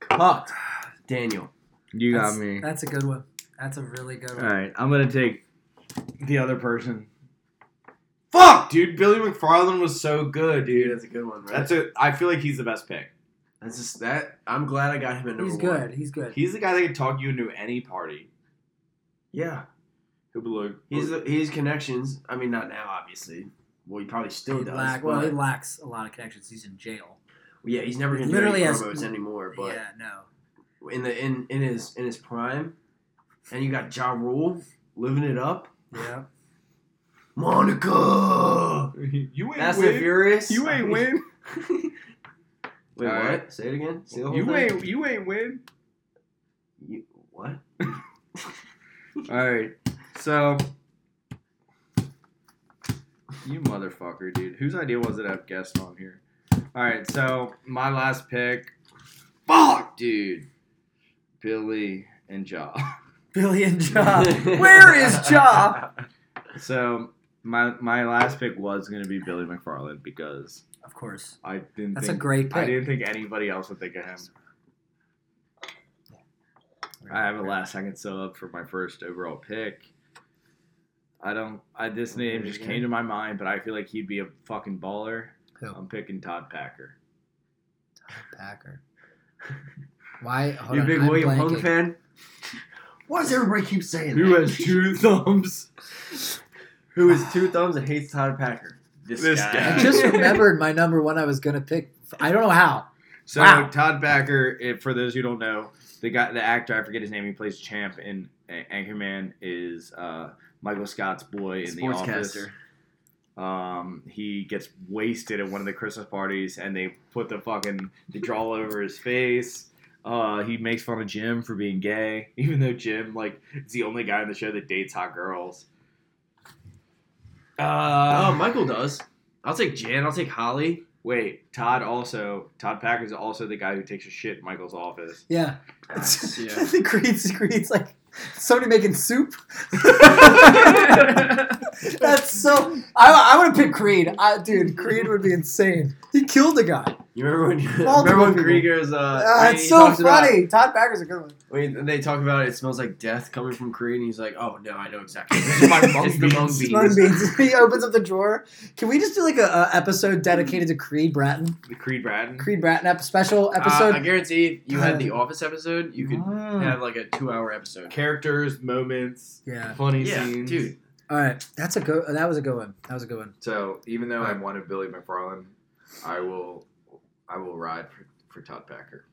S4: cucked Daniel.
S3: you got
S2: that's,
S3: me.
S2: That's a good one. That's a really good
S3: All
S2: one.
S3: right, I'm gonna take the other person. Fuck, dude. Billy McFarland was so good,
S4: Dude, that's a good one, right?
S3: That's a. I feel like he's the best pick.
S4: That's just that. I'm glad I got him at number
S2: He's
S4: one.
S2: good. He's good.
S3: He's the guy that can talk you into any party.
S4: Yeah,
S3: He'll be like, "Oh,
S4: he's he's connections. I mean, not now, obviously. Well, he probably still
S2: He
S4: does.
S2: lack- well, he
S4: but-
S2: lacks a lot of connections. He's in jail.
S4: yeah, he's never gonna
S2: literally
S4: do any
S2: has-
S4: promos anymore. But
S2: yeah, no.
S4: in the in in his in his prime, and you got Ja Rule living it up.
S2: Yeah.
S4: Monica,
S3: "You ain't
S4: Fast and
S3: win.
S4: Furious.
S3: You ain't win.
S4: Wait,
S3: All
S4: what?
S3: right.
S4: Say it again. Say the whole
S3: You
S4: thing.
S3: ain't. You ain't win."
S4: You, what?
S3: All right. So you motherfucker, dude. Whose idea was it to have guests on here? All right. So my last pick. Fuck, dude. Billy and Ja.
S2: Billy and Ja. Where is Ja?
S3: So my my last pick was gonna be Billy McFarland because
S2: Of course.
S3: I didn't.
S2: That's a
S3: think,
S2: great
S3: I
S2: pick.
S3: didn't think anybody else would think of him. I have a last second sub for my first overall pick. I don't. I this name just came to my mind, but I feel like he'd be a fucking baller.
S2: Who?
S3: I'm picking Todd Packer.
S2: Packer. Why? Hold
S4: you a
S2: on,
S4: big
S2: I'm
S4: William Hung
S2: blanking.
S4: fan? Why does everybody keep saying
S3: Who
S4: that?
S3: has two thumbs?
S4: Who is two thumbs and hates Todd Packer?
S3: This guy.
S2: I just remembered my number one I was going to pick. I don't know how.
S3: So
S2: Wow.
S3: Todd Packer, if, for those who don't know, the guy, the actor, I forget his name, he plays Champ in A- Anchorman, is uh, Michael Scott's boy in the office.
S4: sportscaster.
S3: Um, he gets wasted at one of the Christmas parties, and they put the fucking the draw over his face. Uh, he makes fun of Jim for being gay, even though Jim like is the only guy on the show that dates hot girls. Uh,
S4: Oh, Michael does. I'll take Jan. I'll take Holly.
S3: wait, Todd also Todd Packer is also the guy who takes a shit in Michael's office.
S2: Yeah.
S4: Yeah.
S2: the Creed's, Creed's like, Somebody making soup. That's so. I, I want to pick Creed. I, dude, Creed would be insane. He killed a guy.
S4: You remember when?
S2: Multiple
S4: remember when
S2: people.
S4: Krieger's? Uh,
S2: Uh,
S3: Ah,
S4: when Uh, he
S2: it's so
S4: talks about-
S2: funny. Todd Bagger's a good one.
S4: when they talk about it, it smells like death coming from Creed, and he's like, "Oh no, I know exactly.
S6: This is my mung
S4: it's the mung
S6: beans.
S4: beans.
S2: Smoking beans. he opens up the drawer. Can we just do like a, a episode dedicated to Creed Bratton?
S3: The Creed Bratton.
S2: Creed Bratton ep- special
S4: Uh,
S2: episode.
S4: I guarantee if you had the Office episode, you could
S2: Mm.
S4: have like a two-hour episode.
S3: Characters, moments,
S2: Yeah.
S3: funny
S4: Yeah,
S3: scenes.
S4: dude.
S2: All right. That's a good. That was a good one. That was a good one.
S7: So even though I wanted Billy McFarland, I will, I will ride for, for Todd Packer.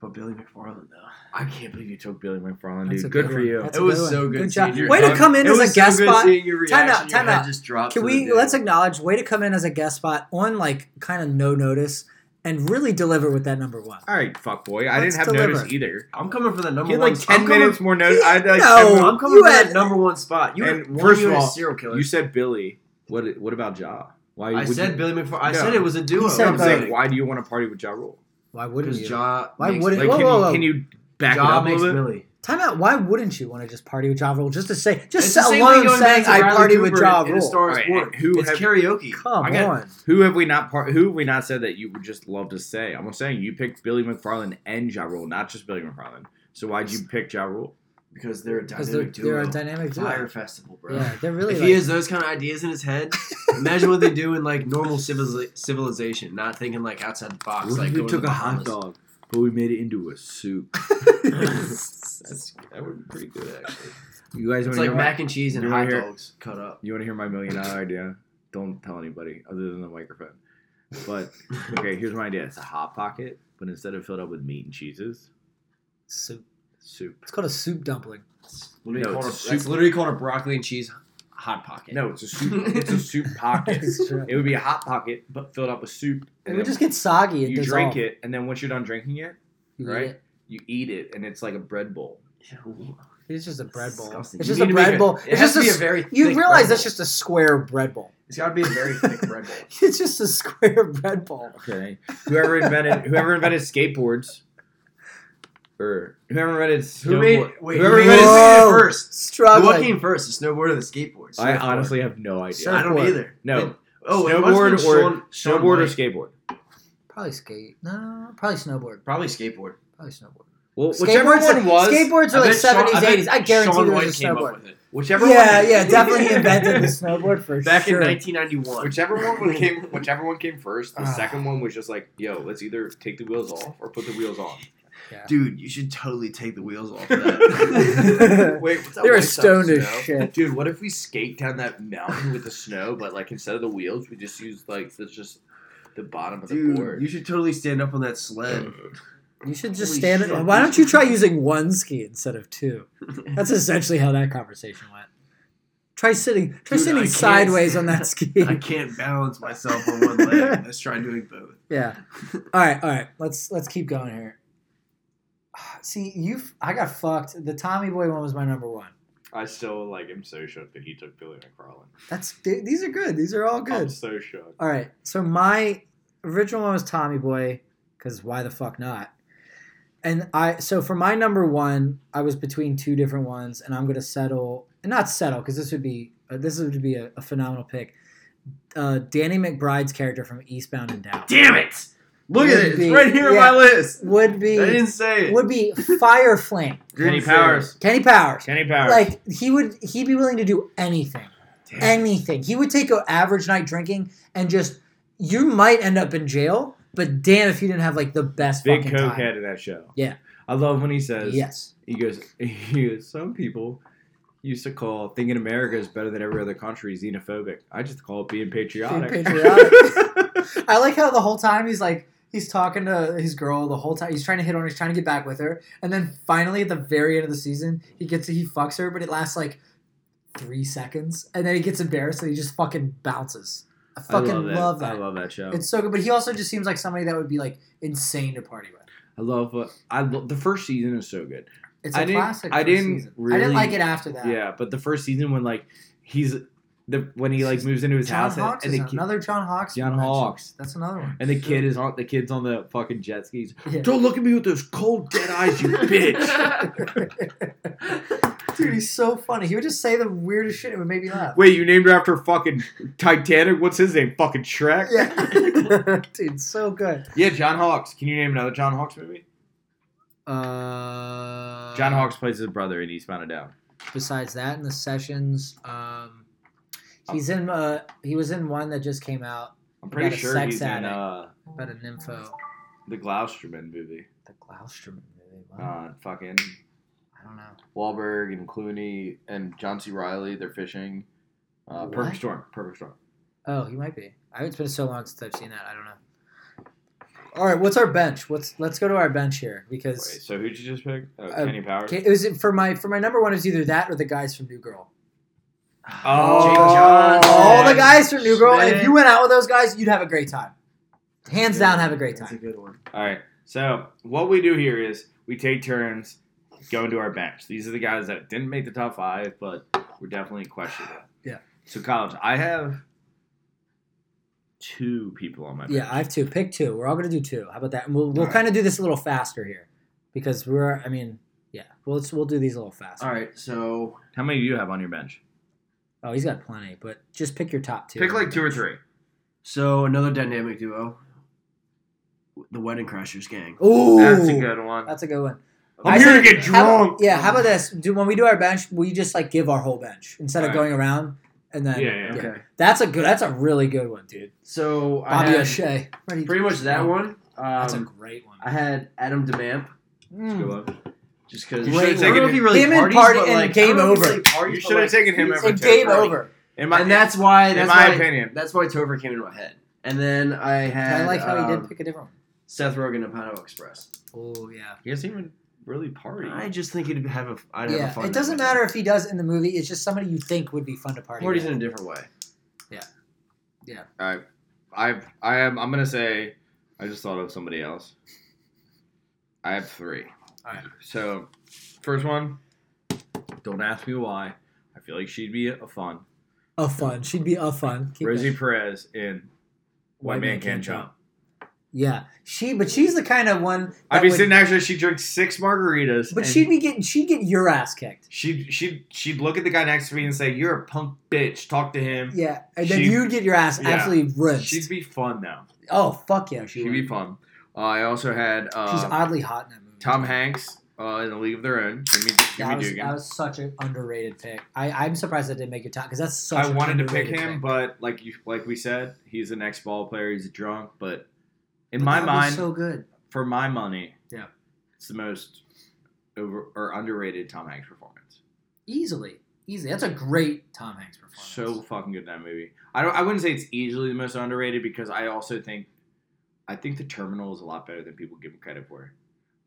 S4: But Billy McFarland though,
S3: I can't believe you took Billy McFarlane,
S2: That's
S3: dude.
S2: a
S3: Good,
S2: good
S3: for
S2: one.
S3: you.
S2: That's
S4: it
S2: a
S4: was
S2: good one.
S4: so good.
S2: Good job.
S4: seeing your
S2: Way to
S4: head-
S2: come in
S4: it
S2: as a
S4: was so
S2: guest
S4: good
S2: spot.
S4: seeing your
S2: Time out,
S4: reaction. Your
S2: time
S4: head
S2: out.
S4: Just dropped.
S2: Can
S4: to
S2: we
S4: the
S2: let's
S4: deck.
S2: acknowledge way to come in as a guest spot on like kind of no notice and really deliver with that number one.
S3: All right, fuck boy. I
S2: Let's
S3: didn't have notice
S2: deliver.
S3: either.
S4: I'm coming for the
S3: He
S4: number
S3: had
S4: one.
S3: like
S4: I'm
S3: ten
S4: coming-
S3: minutes more notice. I had like
S2: No.
S3: 10 minutes-
S4: I'm coming
S2: You
S4: for
S2: had-
S4: that number one spot. You
S3: And
S4: were-
S3: first
S4: you
S3: of
S4: were a
S3: all,
S4: serial killer.
S3: You said Billy. What? What about Ja? Why?
S4: I
S3: would
S4: said
S3: you,
S4: Billy McFarland. I
S3: No.
S4: said it was a duo.
S2: He said
S3: I'm
S2: Billy.
S3: saying, why do you want to party with Ja Rule?
S2: Why wouldn't you?
S4: Because Ja
S2: Why
S4: makes,
S2: wouldn't-
S3: Like,
S2: Whoa,
S3: can,
S2: whoa,
S3: you-
S2: whoa.
S3: can you back it
S4: Ja
S3: up a
S4: makes
S3: little bit?
S4: Billy.
S2: Time out. Why wouldn't you want to just party with Ja Rule? Just to say, just
S4: It's the same
S2: alone
S4: thing going
S2: saying
S4: back to
S2: I
S4: Bradley
S2: party with
S4: Cooper
S2: Ja
S4: in A
S2: Rule.
S4: Star is
S3: Alright,
S4: Born.
S3: and who
S4: it's
S3: have-
S4: karaoke.
S2: Come
S3: I got-
S2: on.
S3: Who have we not par- Who have we not said that you would just love to say? I'm saying you picked Billy McFarland and Ja Rule, not just Billy McFarland. So why'd you pick Ja Rule?
S4: Because they're a
S2: Because they're,
S4: dynamic
S2: they're
S4: duo.
S2: a dynamic duo.
S4: Fire festival, bro.
S2: Yeah, they're really
S4: if
S2: like,
S4: he has those kind of ideas in his head, imagine what they do in like normal civiliza- civilization, not thinking like outside the box. like going to the Bahamas.
S3: dog, but we made it into a soup?
S4: That's, that would be pretty good actually.
S3: You guys want
S4: It's
S3: to
S4: like
S3: hear? My,
S4: mac and cheese and
S3: you
S4: hot
S3: wanna hear-
S4: dogs cut up.
S3: you want to hear my million dollar idea? Don't tell anybody other than the microphone. But okay, here's my idea. It's a hot pocket, but instead of filled up with meat and cheeses,
S2: soup.
S3: soup.
S2: It's called a soup dumpling.
S4: Literally
S3: No,
S4: called
S3: it's
S4: a,
S3: a
S4: that's
S3: soup.
S4: literally called a broccoli and cheese hot pocket.
S3: No, it's a soup. it's a soup pocket.
S2: It's true.
S3: It would be a hot pocket, but filled up with soup.
S2: It
S3: And
S2: would
S3: then
S2: just get soggy. and
S3: you drink
S2: dissolve.
S3: it, and then once you're done drinking it,
S2: You eat
S3: right?
S2: it.
S3: you eat it, and it's like a bread bowl.
S2: It's just a bread bowl.
S4: Disgusting.
S2: It's
S4: You
S2: just a
S4: need to make
S2: bread
S4: a-
S2: bowl.
S4: It
S2: It's just
S4: has to
S2: a.
S4: be a
S2: s-
S4: very.
S2: you
S4: thick
S2: realize
S4: bread
S2: that's
S4: bowl.
S2: just a square bread bowl.
S4: It's got to be a very thick bread bowl.
S2: It's just a square bread bowl.
S3: Okay. Whoever invented whoever invented skateboards, or whoever invented
S4: Who made?
S3: snowboard-
S4: Wait,
S3: whoever
S4: who made
S3: invented.
S2: Whoa.
S4: it first? Who
S2: Struggling.
S4: came first, the snowboard or the skateboard?
S3: I
S4: Snowboard.
S3: honestly have no idea.
S4: I don't
S2: Snowboard.
S4: either.
S3: No.
S4: But- oh, it must have
S3: snowboard
S4: been
S3: or
S4: Shaun- Shaun
S3: snowboard or
S4: White.
S3: skateboard.
S2: Probably skate. No, probably snowboard.
S4: Probably skateboard.
S2: Probably snowboard.
S3: Well, whichever
S2: Skateboards-
S3: one was,
S2: skateboards are
S4: I
S2: like
S4: bet Shaun- I
S2: seventies,
S4: bet
S2: eighties. I guarantee
S4: Shaun
S2: there
S4: White
S2: was a
S4: came up
S2: snowboard.
S4: with it.
S3: whichever
S2: yeah,
S3: one,
S2: yeah, definitely invented the snowboard for
S4: Back
S2: sure.
S4: in 1991.
S3: Whichever one was came, whichever one came first, the
S2: Ah.
S3: second one was just like, yo, let's either take the wheels off or put the wheels on.
S4: Dude, you should totally take the wheels off of that.
S3: Wait, what's that
S2: they were
S3: white
S2: stoned
S3: stuff,
S2: as
S3: snow?
S2: shit.
S3: Dude, what if we skate down that mountain with the snow, but like instead of the wheels, we just use like that's just the bottom of the
S4: Dude,
S3: board.
S4: you should totally stand up on that sled.
S2: You should just
S4: Holy
S2: stand.
S4: shit.
S2: it. Why don't you try using one ski instead of two? That's essentially how that conversation went. Try sitting. Try
S4: Dude, I
S2: sitting
S4: can't-
S2: sideways on that ski.
S4: I can't balance myself on one leg. Let's try doing both.
S2: Yeah. All right. All right. Let's let's keep going here. See, you. I got fucked. The Tommy Boy one was my number one.
S3: I still like am so shook that he took Billy McFarlane.
S2: That's these are good. These are all
S3: I'm
S2: good.
S3: so shook.
S2: All right. So my original one was Tommy Boy because why the fuck not? And I so for my number one, I was between two different ones, and I'm gonna settle and not settle because this would be uh, this would be a, a phenomenal pick. Uh, Danny McBride's character from Eastbound and Down
S4: Damn it! Look
S2: Would
S4: at it. It's
S2: be-
S4: right here
S2: yeah.
S4: on my list.
S2: would
S4: I
S2: be
S4: didn't say it.
S2: would be Fire Flame
S3: Kenny
S4: Didn't say it.
S3: Powers.
S2: Kenny Powers.
S3: Kenny Powers.
S2: Like he would, he'd be willing to do anything,
S4: Damn.
S2: anything. He would take an average night drinking and just. You might end up in jail, but damn if you didn't have like the best
S3: Big
S2: fucking time.
S3: cokehead in that show.
S2: Yeah.
S3: I love when he says
S2: Yes.
S3: he goes he goes, some people used to call thinking America is better than every other country xenophobic. I just call it being patriotic.
S2: Being patriotic. I like how the whole time he's like he's talking to his girl the whole time. He's trying to hit on her, he's trying to get back with her, and then finally at the very end of the season, he gets he fucks her, but it lasts like three seconds, and then he gets embarrassed and he just fucking bounces. I fucking
S3: I love, that.
S2: love that.
S3: I love that show.
S2: It's so good, but he also just seems like somebody that would be like insane to party with.
S3: I love uh, I love the first season is so good.
S2: It's a
S3: I didn't-
S2: classic.
S3: I
S2: first
S3: didn't
S2: season. I
S3: really-
S2: didn't like it after that.
S3: Yeah, but the first season when like he's the when he like moves into his
S2: John
S3: house
S2: Hawks
S3: and,
S2: is
S3: and the kid,
S2: another John Hawks.
S3: John
S2: mention.
S3: Hawks.
S2: That's another one.
S3: and the kid is on the kid's on the fucking jet skis.
S2: Yeah.
S3: Don't look at me with those cold dead eyes, you bitch.
S2: Dude, he's so funny. He would just say the weirdest shit. It would make me laugh.
S3: Wait, you named her after fucking Titanic? What's his name? Fucking Shrek?
S2: Yeah, dude, so good.
S3: Yeah, John Hawks. Can you name another John Hawks movie?
S2: Uh,
S3: John Hawks plays his brother in Eastbound and Down.
S2: Besides that, in the sessions, um, he's in. Uh, he was in one that just came out
S3: I'm pretty
S2: About a
S3: sure
S2: sex
S3: he's in
S2: addict.
S3: uh,
S2: about a nympho.
S3: the Glousterman movie.
S2: The Glousterman movie. Wow.
S3: Uh, fucking
S2: I don't know.
S8: Wahlberg and Clooney and John C. Riley. They're fishing. Uh,
S2: What?
S3: Perfect Storm. Perfect Storm.
S2: Oh, he might be. I it's been so long since I've seen that. I don't know. All right, what's our bench? What's let's go to our bench here
S3: Wait,
S2: because
S3: so who'd you just pick? Oh,
S2: Uh,
S3: Kenny Powers.
S2: it was for my for my number one is either that or the guys from New Girl.
S3: Oh,
S2: All Oh,
S3: Yes.
S2: the guys from New Girl, and if
S4: Schmidt.
S2: you went out with those guys, you'd have a great time. Hands down, have a great
S4: That's a
S2: time.
S4: good one.
S3: All right. So what we do here is we take turns going to our bench. These are the guys that didn't make the top five, but we're definitely questionable.
S2: Yeah.
S3: So Collins, I have two people on my bench.
S2: Yeah, I have two. Pick two. We're all gonna do two. How about that? And we'll we'll
S3: All right.
S2: kind of do this a little faster here because we're. I mean, yeah. Well, let's we'll do these a little faster.
S4: All right, so
S3: How many do you have on your bench?
S2: Oh, he's got plenty, but just pick your top two.
S3: Pick like two or three.
S4: so another dynamic duo, the Wedding Crashers gang.
S2: Ooh,
S3: That's a good one.
S2: That's a good one.
S3: I'm
S2: I
S3: here to
S2: think-
S3: get
S2: How about-
S3: drunk.
S2: yeah, how about this? Do when we do our bench, we just like give our whole bench instead of
S3: Alright.
S2: going around and then
S3: Yeah, yeah,
S4: Okay,
S2: That's a good that's a really good one, dude.
S4: so I
S2: Bobby
S4: had
S2: O'Shea.
S4: pretty much that one. Um,
S2: That's a great one.
S4: I had Adam DeMamp
S2: Mm.
S4: just because
S3: You should've
S4: I don't
S3: taken
S4: know if he really
S2: him in
S4: parties,
S2: party
S4: but,
S2: and
S4: like,
S2: Game
S4: I don't know if he
S2: Over.
S4: really parties,
S3: You
S4: but,
S3: should have
S4: like,
S3: taken him
S2: It's
S3: over.
S2: a
S3: Tim
S2: game
S3: Curry.
S2: over.
S3: In my,
S4: and that's why
S3: in
S4: that's
S3: my
S4: why
S3: opinion.
S4: that's why Tover came into my head. And then I had
S2: I like how he
S4: um,
S2: did pick a different
S4: Seth Rogen and Pineapple Express.
S2: one. Oh yeah.
S3: He hasn't even really party.
S4: I just think it'd have a I'd have a
S2: Yeah.
S4: fun
S2: It doesn't
S4: night.
S2: matter if he does in the movie, it's just somebody you think would be fun to party
S4: Parties
S2: with.
S4: in a different way.
S3: I I am I'm gonna say I just thought of somebody else. I have three.
S2: Alright.
S3: So first one, don't ask me why. I feel like she'd be a fun.
S2: A fun. She'd be a fun. Keep
S3: Rosie
S2: that.
S3: Perez in White, Man, Can't Jump.
S2: Yeah. She but she's the kind of one
S3: I'd
S2: that
S3: be
S2: would-
S3: sitting next to her, she'd drink six margaritas.
S2: But
S3: and
S2: she'd be getting she'd get your ass kicked.
S3: she'd she'd she'd look at the guy next to me and say, You're a punk bitch, talk to him.
S2: Yeah. And then
S3: She'd-
S2: you'd get your ass
S3: yeah.
S2: absolutely rinsed.
S3: She'd be fun though.
S2: oh fuck yeah, she
S3: She'd
S2: would.
S3: be fun. Uh, I also had
S2: She's
S3: uh,
S2: oddly hot in that movie.
S3: Tom Hanks uh, in A League of Their Own. Jimmy, Jimmy
S2: That was,
S3: Dugan.
S2: that was such an underrated pick. I, I'm surprised I didn't make your top because that's such.
S3: I
S2: an
S3: wanted to pick
S2: underrated
S3: him, but like you, like we said, he's an ex ball player. He's drunk, but in
S2: But
S3: my
S2: that was
S3: mind,
S2: so good.
S3: for my money,
S2: Yeah.
S3: it's the most over or underrated Tom Hanks performance.
S2: Easily, easily. That's a great Tom Hanks performance.
S3: So fucking good in that movie. I don't. I wouldn't say it's easily the most underrated because I also think, I think the Terminal is a lot better than people give him credit for.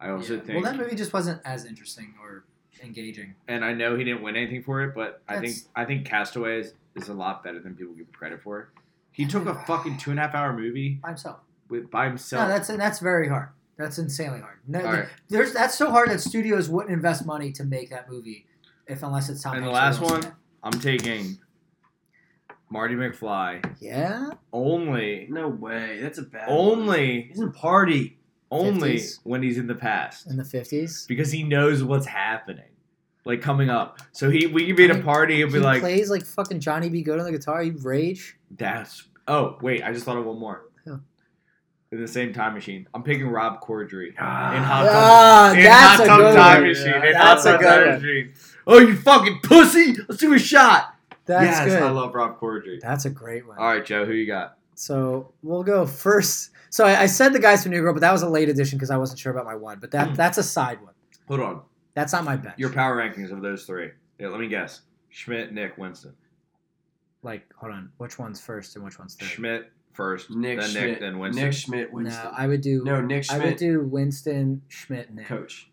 S3: I also
S2: Yeah.
S3: think,
S2: well, that movie just wasn't as interesting or engaging.
S3: and I know he didn't win anything for it, but I think
S2: That's-
S3: I think Castaway is, is a lot better than people give him credit for. He took a fucking two and a half hour movie
S2: By himself.
S3: with by himself.
S2: no, that's that's very hard. That's insanely hard. No,
S3: All right.
S2: there's that's so hard that studios wouldn't invest money to make that movie if unless it's Tom
S3: And the last
S2: Hanks. or Will
S3: one?
S2: Smith.
S3: I'm taking Marty McFly
S2: Yeah.
S3: only,
S4: No way. That's a bad one.
S3: only,
S4: He's in party.
S3: only
S2: 50s.
S3: when he's in the past
S2: In the fifties.
S3: because he knows what's happening, like coming up. So he, we could be at a party and be
S2: he
S3: like,
S2: plays like fucking Johnny B. Good on the guitar. He rage.
S3: "That's oh wait, I just thought of one more."
S2: Yeah.
S3: In the same time machine, I'm picking Rob Corddry. In
S4: Ah.
S3: Hot Tub,
S2: Ah,
S3: in
S2: that's
S3: hot
S2: a
S3: tub
S2: good
S3: time
S2: one.
S3: machine.
S4: Yeah,
S3: in
S2: that's
S3: Hot
S2: a
S3: Tub
S2: good
S3: Time
S2: one.
S3: Machine. Oh, you fucking pussy! Let's do a shot.
S2: That's
S3: yes,
S2: good.
S3: I love Rob Corddry.
S2: That's a great one.
S3: All right, Joe, who you got?
S2: So we'll go first. So I, I said the guys from New Girl, but that was a late edition because I wasn't sure about my one. But that that's a side one.
S3: Hold on.
S2: That's not my bench.
S3: Hmm. Your power rankings of those three. Yeah, let me guess. Schmidt, Nick, Winston.
S2: like, hold on, which one's first and which one's third?
S3: Schmidt first,
S4: Nick
S3: then
S4: Schmidt.
S3: Nick, then Winston.
S4: Nick Schmidt Winston.
S2: No, I would do.
S4: No, Nick
S2: I would
S4: Schmidt.
S2: do Winston Schmidt Nick.
S4: Coach.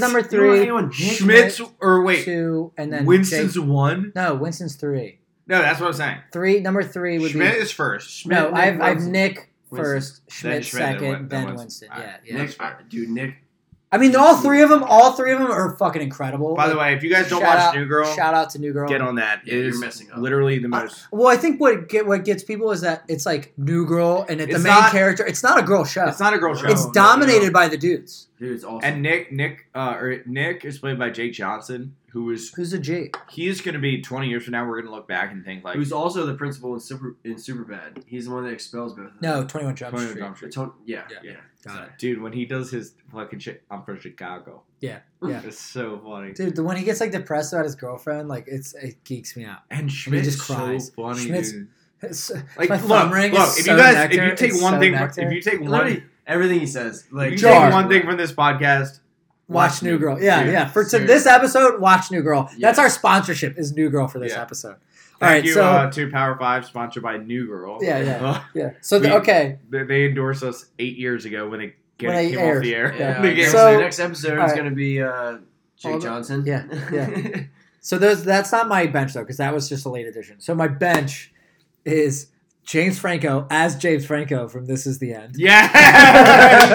S3: What?
S2: number
S4: You don't know
S2: three.
S4: anyone.
S2: Nick
S3: Schmidt's
S2: Schmidt,
S3: or wait,
S2: two, and then
S3: Winston's
S2: Jake-
S3: one.
S2: no, Winston's three.
S3: No, that's what I'm saying.
S2: Three number three would
S3: Schmidt
S2: be
S3: is first.
S2: no.
S4: Schmidt,
S2: I have
S4: Nick
S2: I have
S4: Winston.
S2: Nick
S4: Winston.
S2: first, Schmidt,
S3: Schmidt, then
S2: second,
S3: Win- then
S2: then,
S3: Winston.
S2: Winston.
S3: All
S2: Yeah,
S3: right.
S2: yeah.
S4: Nick, I- dude, Nick.
S2: I mean, all three of them, all three of them are fucking incredible.
S3: By the
S2: Like,
S3: way, if you guys don't
S2: shout
S3: watch
S2: out-
S3: New Girl,
S2: shout out Uh, to New Girl.
S3: get on that.
S4: Yeah,
S3: it
S4: you're
S3: is
S4: messing up.
S3: literally the most.
S2: Well, I think what get, what gets people is that it's like New Girl and it, the
S3: It's
S2: main
S3: not-
S2: character. uh, It's not a girl show.
S3: it's not a girl show.
S2: It's
S4: no,
S2: dominated by the dudes.
S4: Dude, it's awesome.
S3: And Nick, Nick, uh, or Nick is played by Jake Johnson, who is
S2: Who's a Jake?
S3: he is going to be 20 years from now. We're going to look back and think like
S4: Who's also the principal in Super in Superbad. He's the one that expels both. of them.
S2: No, Twenty One Jump
S3: 21
S2: Street.
S3: Jump
S4: The
S3: Street.
S4: ton- yeah,
S2: Yeah.
S4: yeah.
S2: Got it.
S3: dude when he does his fucking shit. I'm from Chicago.
S2: Yeah, yeah.
S3: it's so funny.
S2: Dude, the when he gets like depressed about his girlfriend, like it's it geeks me out.
S3: And Schmidt
S2: just
S3: is
S2: cries.
S3: so funny,
S2: Schmidt's-
S3: dude.
S2: It's- uh,
S3: Like,
S2: my
S3: look,
S2: thumb ring
S3: look.
S2: is
S3: if
S2: so
S3: you guys,
S2: nectar,
S3: if you take
S2: it's
S3: one
S2: so
S3: thing,
S2: nectar.
S3: if you take one,
S4: Literally everything he says,
S3: if
S4: like
S3: you
S2: Jar.
S3: take one thing from this podcast,
S2: watch New Girl. Yeah,
S3: Dude,
S2: yeah. For to
S4: seriously.
S2: this episode, watch New Girl. That's
S4: Yeah.
S2: our sponsorship is New Girl for this
S3: Yeah.
S2: episode.
S3: thank
S2: All right,
S3: you
S2: so
S3: uh, to Power Five, sponsored by New Girl.
S2: Yeah, yeah.
S3: Uh,
S2: yeah. So the,
S3: we-
S2: okay,
S3: they, they endorsed us eight years ago when it came,
S2: When it
S3: came
S2: aired.
S3: off the air.
S4: Yeah,
S2: Yeah.
S4: I
S3: They
S4: guess
S3: gave
S2: So-
S4: the next episode is
S2: alright.
S4: gonna be uh, Jake
S2: Hold on.
S4: Johnson.
S2: Yeah, so those that's not my bench though because that was just a late addition. So my bench is James Franco as James Franco from This Is the End.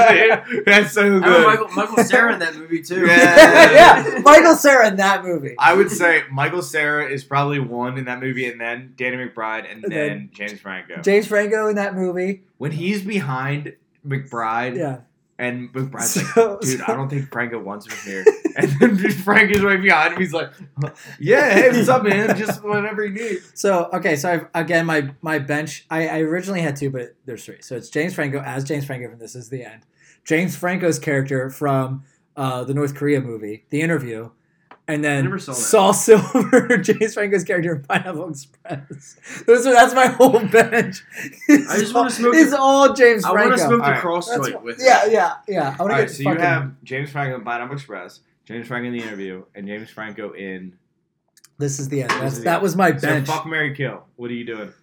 S3: Yeah, dude, that's so
S4: I remember
S3: good.
S4: Michael, Michael Sarah in that movie too.
S3: Yeah.
S2: yeah, Michael Sarah in that movie.
S3: I would say Michael Sarah is probably one in that movie, and then Danny McBride, and
S2: And
S3: then James Franco.
S2: James Franco in that movie.
S3: When he's behind McBride,
S2: Yeah.
S3: and McBride's like,
S2: So-
S3: dude,
S2: so-
S3: I don't think Franco wants me here. and then Frank is right behind him. He's like, yeah, hey, what's up, man? Just whatever you need.
S2: So okay, so I've, again, my my bench. I, I originally had two, but there's three. So it's James Franco as James Franco from This Is the End. James Franco's character from uh, the North Korea movie, The Interview, and then
S4: Never saw that.
S2: Saul Silver, James Franco's character in Pineapple Express. Those are that's my whole bench. It's
S4: I just
S2: all-
S4: want to smoke.
S2: It's
S4: the-
S2: all James
S4: I
S2: Franco.
S4: want to smoke
S3: Alright.
S4: the cross
S2: That's
S4: joint
S2: wh-
S4: with.
S2: yeah, yeah, yeah. I
S3: All
S2: want to
S3: right,
S2: get
S3: so you
S2: fucking-
S3: have James Franco in Pineapple Express, James Franco in the interview, and James Franco in.
S2: This is the end. That's,
S3: is the
S2: that
S3: end.
S2: was my
S3: So
S2: bench.
S3: fuck Mary Kill. What are you doing?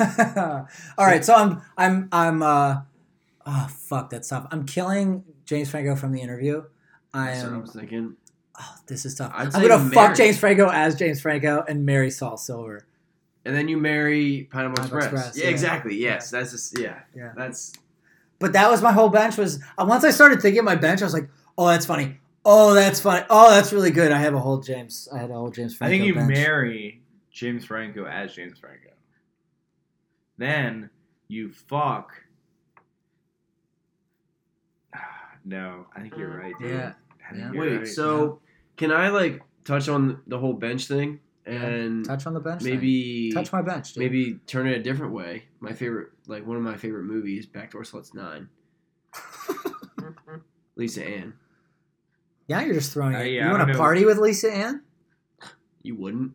S2: All right, so I'm I'm I'm uh oh fuck that's tough. I'm killing James Franco from the interview. I
S4: That's what I
S2: am
S4: was thinking.
S2: oh, this is tough.
S4: I'd
S2: I'm
S4: say
S2: gonna
S4: marry.
S2: fuck James Franco as James Franco and marry Saul Silver.
S4: And then you marry Pineapple
S2: Pineapple
S4: Express.
S2: Express,
S4: yeah,
S2: yeah.
S4: exactly. Yes, that's just yeah.
S2: Yeah.
S4: That's
S2: But that was my whole bench was uh, once I started thinking of my bench, I was like, oh that's funny. Oh that's funny. Oh that's really good. I have a whole James I had a whole James
S3: I
S2: Franco.
S3: think you
S2: bench.
S3: marry James Franco as James Franco. Then you fuck. No, I think you're right. dude.
S2: Yeah.
S3: I think
S2: Yeah.
S3: you're
S4: wait.
S3: right.
S4: so can I like touch on the whole bench thing and
S2: touch on the bench. thing.
S4: maybe
S2: touch my bench, dude.
S4: maybe turn it a different way? My favorite, like one of my favorite movies, Backdoor Sluts Nine. Lisa Ann,
S2: Now you're just throwing it.
S3: Uh, yeah,
S2: you
S3: I
S2: want
S3: don't
S2: to
S3: know.
S2: party with Lisa Ann?
S4: you wouldn't.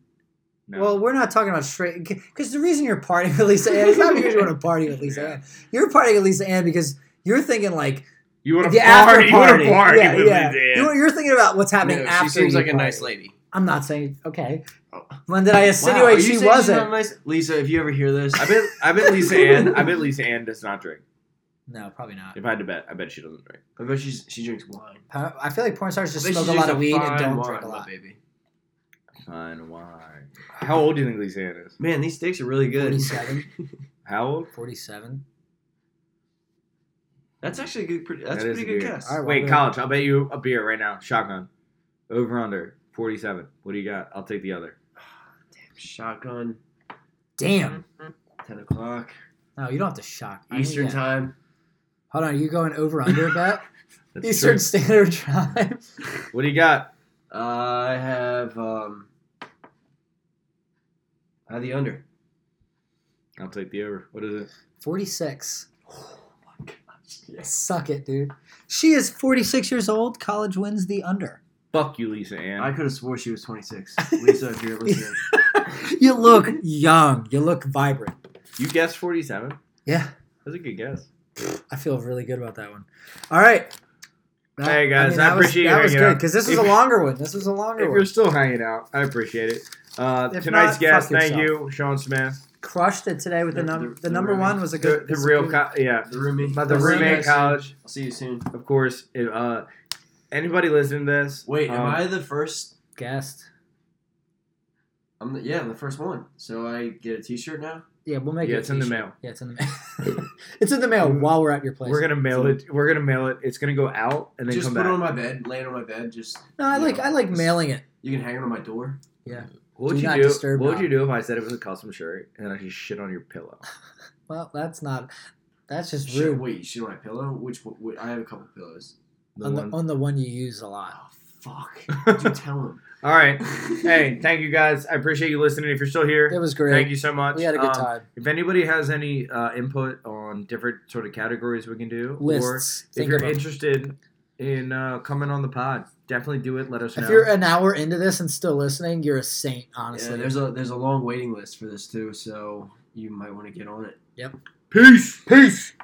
S3: no.
S2: Well, we're not talking about straight because the reason you're partying with Lisa Ann is not because you want to party with Lisa
S3: Yeah.
S2: Ann. You're partying with Lisa Ann because you're thinking like
S3: you want
S2: the
S3: to
S2: after
S3: party? You want
S2: party.
S3: to party?
S2: yeah,
S3: with
S2: yeah.
S3: Lizanne.
S2: You're, you're thinking about what's happening
S4: No,
S2: after.
S4: she seems
S2: you
S4: like a
S2: party.
S4: nice lady.
S2: I'm not saying okay.
S4: Oh.
S2: When did I
S4: Wow,
S2: insinuate
S4: you say
S2: she
S4: she's not
S2: wasn't?
S4: nice? Lisa, if you ever hear this,
S3: I bet. I bet Lisa Ann. I bet Lisa Ann does not drink.
S2: No, probably not.
S3: If I had to bet, I bet she doesn't drink.
S4: I bet she's, she drinks wine.
S2: I I feel like porn stars just
S4: I bet
S2: smoke
S4: she
S2: a
S4: drinks
S2: lot of weed and
S4: fine
S2: don't
S4: wine,
S2: drink a
S4: my
S2: lot.
S4: baby.
S3: Fine wine. How old do you think Lisa Ann is?
S4: Man, these steaks are really good.
S2: 47,
S3: How old?
S2: 47.
S4: That's actually a good. Pretty, that's
S3: That
S4: a
S3: is
S4: pretty good
S3: good.
S4: guess.
S2: All right.
S3: Wait, college. I'll bet you a beer right now. Shotgun. Over under forty-seven. What do you got? I'll take the other.
S4: Shotgun. Mm-hmm.
S2: Damn.
S4: Ten o'clock.
S2: No, you don't have to shock. I mean,
S4: Eastern
S2: Oh, yeah.
S4: time.
S2: Hold on, are you going over under a bet?
S3: That's
S2: Eastern
S3: true.
S2: Standard Time.
S3: What do you got?
S4: Uh, I have um. I have the under.
S3: I'll take the over. What is it?
S2: 46. Suck it, dude. She is 46 years old. College wins the under.
S3: Fuck you, Lisa Ann.
S4: I could have swore she was 26. Lisa, if you're listening,
S2: You look young. You look vibrant.
S3: you guessed forty-seven.
S2: Yeah,
S3: That's a good guess.
S2: I feel really good about that one. All right. That-
S3: Hey, guys, I
S2: that was-
S3: appreciate you
S2: That was
S3: hanging
S2: good
S3: out.
S2: because this was
S3: If-
S2: a longer one. This was a
S3: If
S2: longer
S3: you're
S2: one.
S3: still hanging out, I appreciate it. Uh,
S2: If
S3: tonight's
S2: not,
S3: guest,
S2: fuck
S3: thank
S2: yourself.
S3: you, Sean Smith.
S2: Crushed it today with the
S4: The-
S2: number.
S4: the-
S2: The
S4: the
S2: number
S4: roommate.
S2: one was a
S3: The,
S2: good.
S3: the
S2: was a
S3: real,
S2: good-
S3: co- yeah,
S4: the roommate.
S2: But
S3: the
S2: I'll see you
S3: roommate
S2: guys
S3: college.
S4: I'll see you soon.
S3: Of course, if, uh, anybody listening to this,
S4: Wait, am
S3: um,
S4: I the first?
S2: guest.
S4: I'm the, yeah, I'm the first one. So I get a T-shirt now.
S2: Yeah, we'll make
S3: Yeah,
S2: it.
S3: it's in the
S2: easy.
S3: mail.
S2: Yeah, it's in the mail. it's in the mail while we're at your place.
S3: We're gonna mail it. We're gonna mail it. It's gonna go out and then
S4: Just
S3: come
S4: put
S3: back.
S4: it on my bed. Lay it on my bed. Just
S2: no, I
S4: you
S2: like
S4: know,
S2: I like
S4: just-
S2: mailing it.
S4: You can hang it on my door.
S3: what would
S2: Do
S3: you
S2: not
S3: do?
S2: disturb
S3: what would
S2: now.
S3: you do if I said it was a custom shirt and then I just shit on your pillow?
S2: Well, that's not That's just
S4: Shit,
S2: rude.
S4: wait, you shit on my pillow? Which one? Wait, I have a couple pillows. Um,
S2: on, the, on the one you use a lot.
S4: Oh fuck! Did you tell him?
S3: All right. Hey, thank you guys. I appreciate you listening. If you're still here,
S2: It was great.
S3: Thank you so much.
S2: We had a good
S3: Um,
S2: time.
S3: If anybody has any uh, input on different sort of categories we can do, or
S2: Lists.
S3: if
S2: Think
S3: you're
S2: of 'em.
S3: interested in uh, coming on the pod, definitely do it. Let us know.
S2: if you're an hour into this and still listening, you're a saint,
S4: Yeah,
S2: honestly.
S4: there's a there's a long waiting list for this too, so you might want to get on it.
S3: Peace. Peace.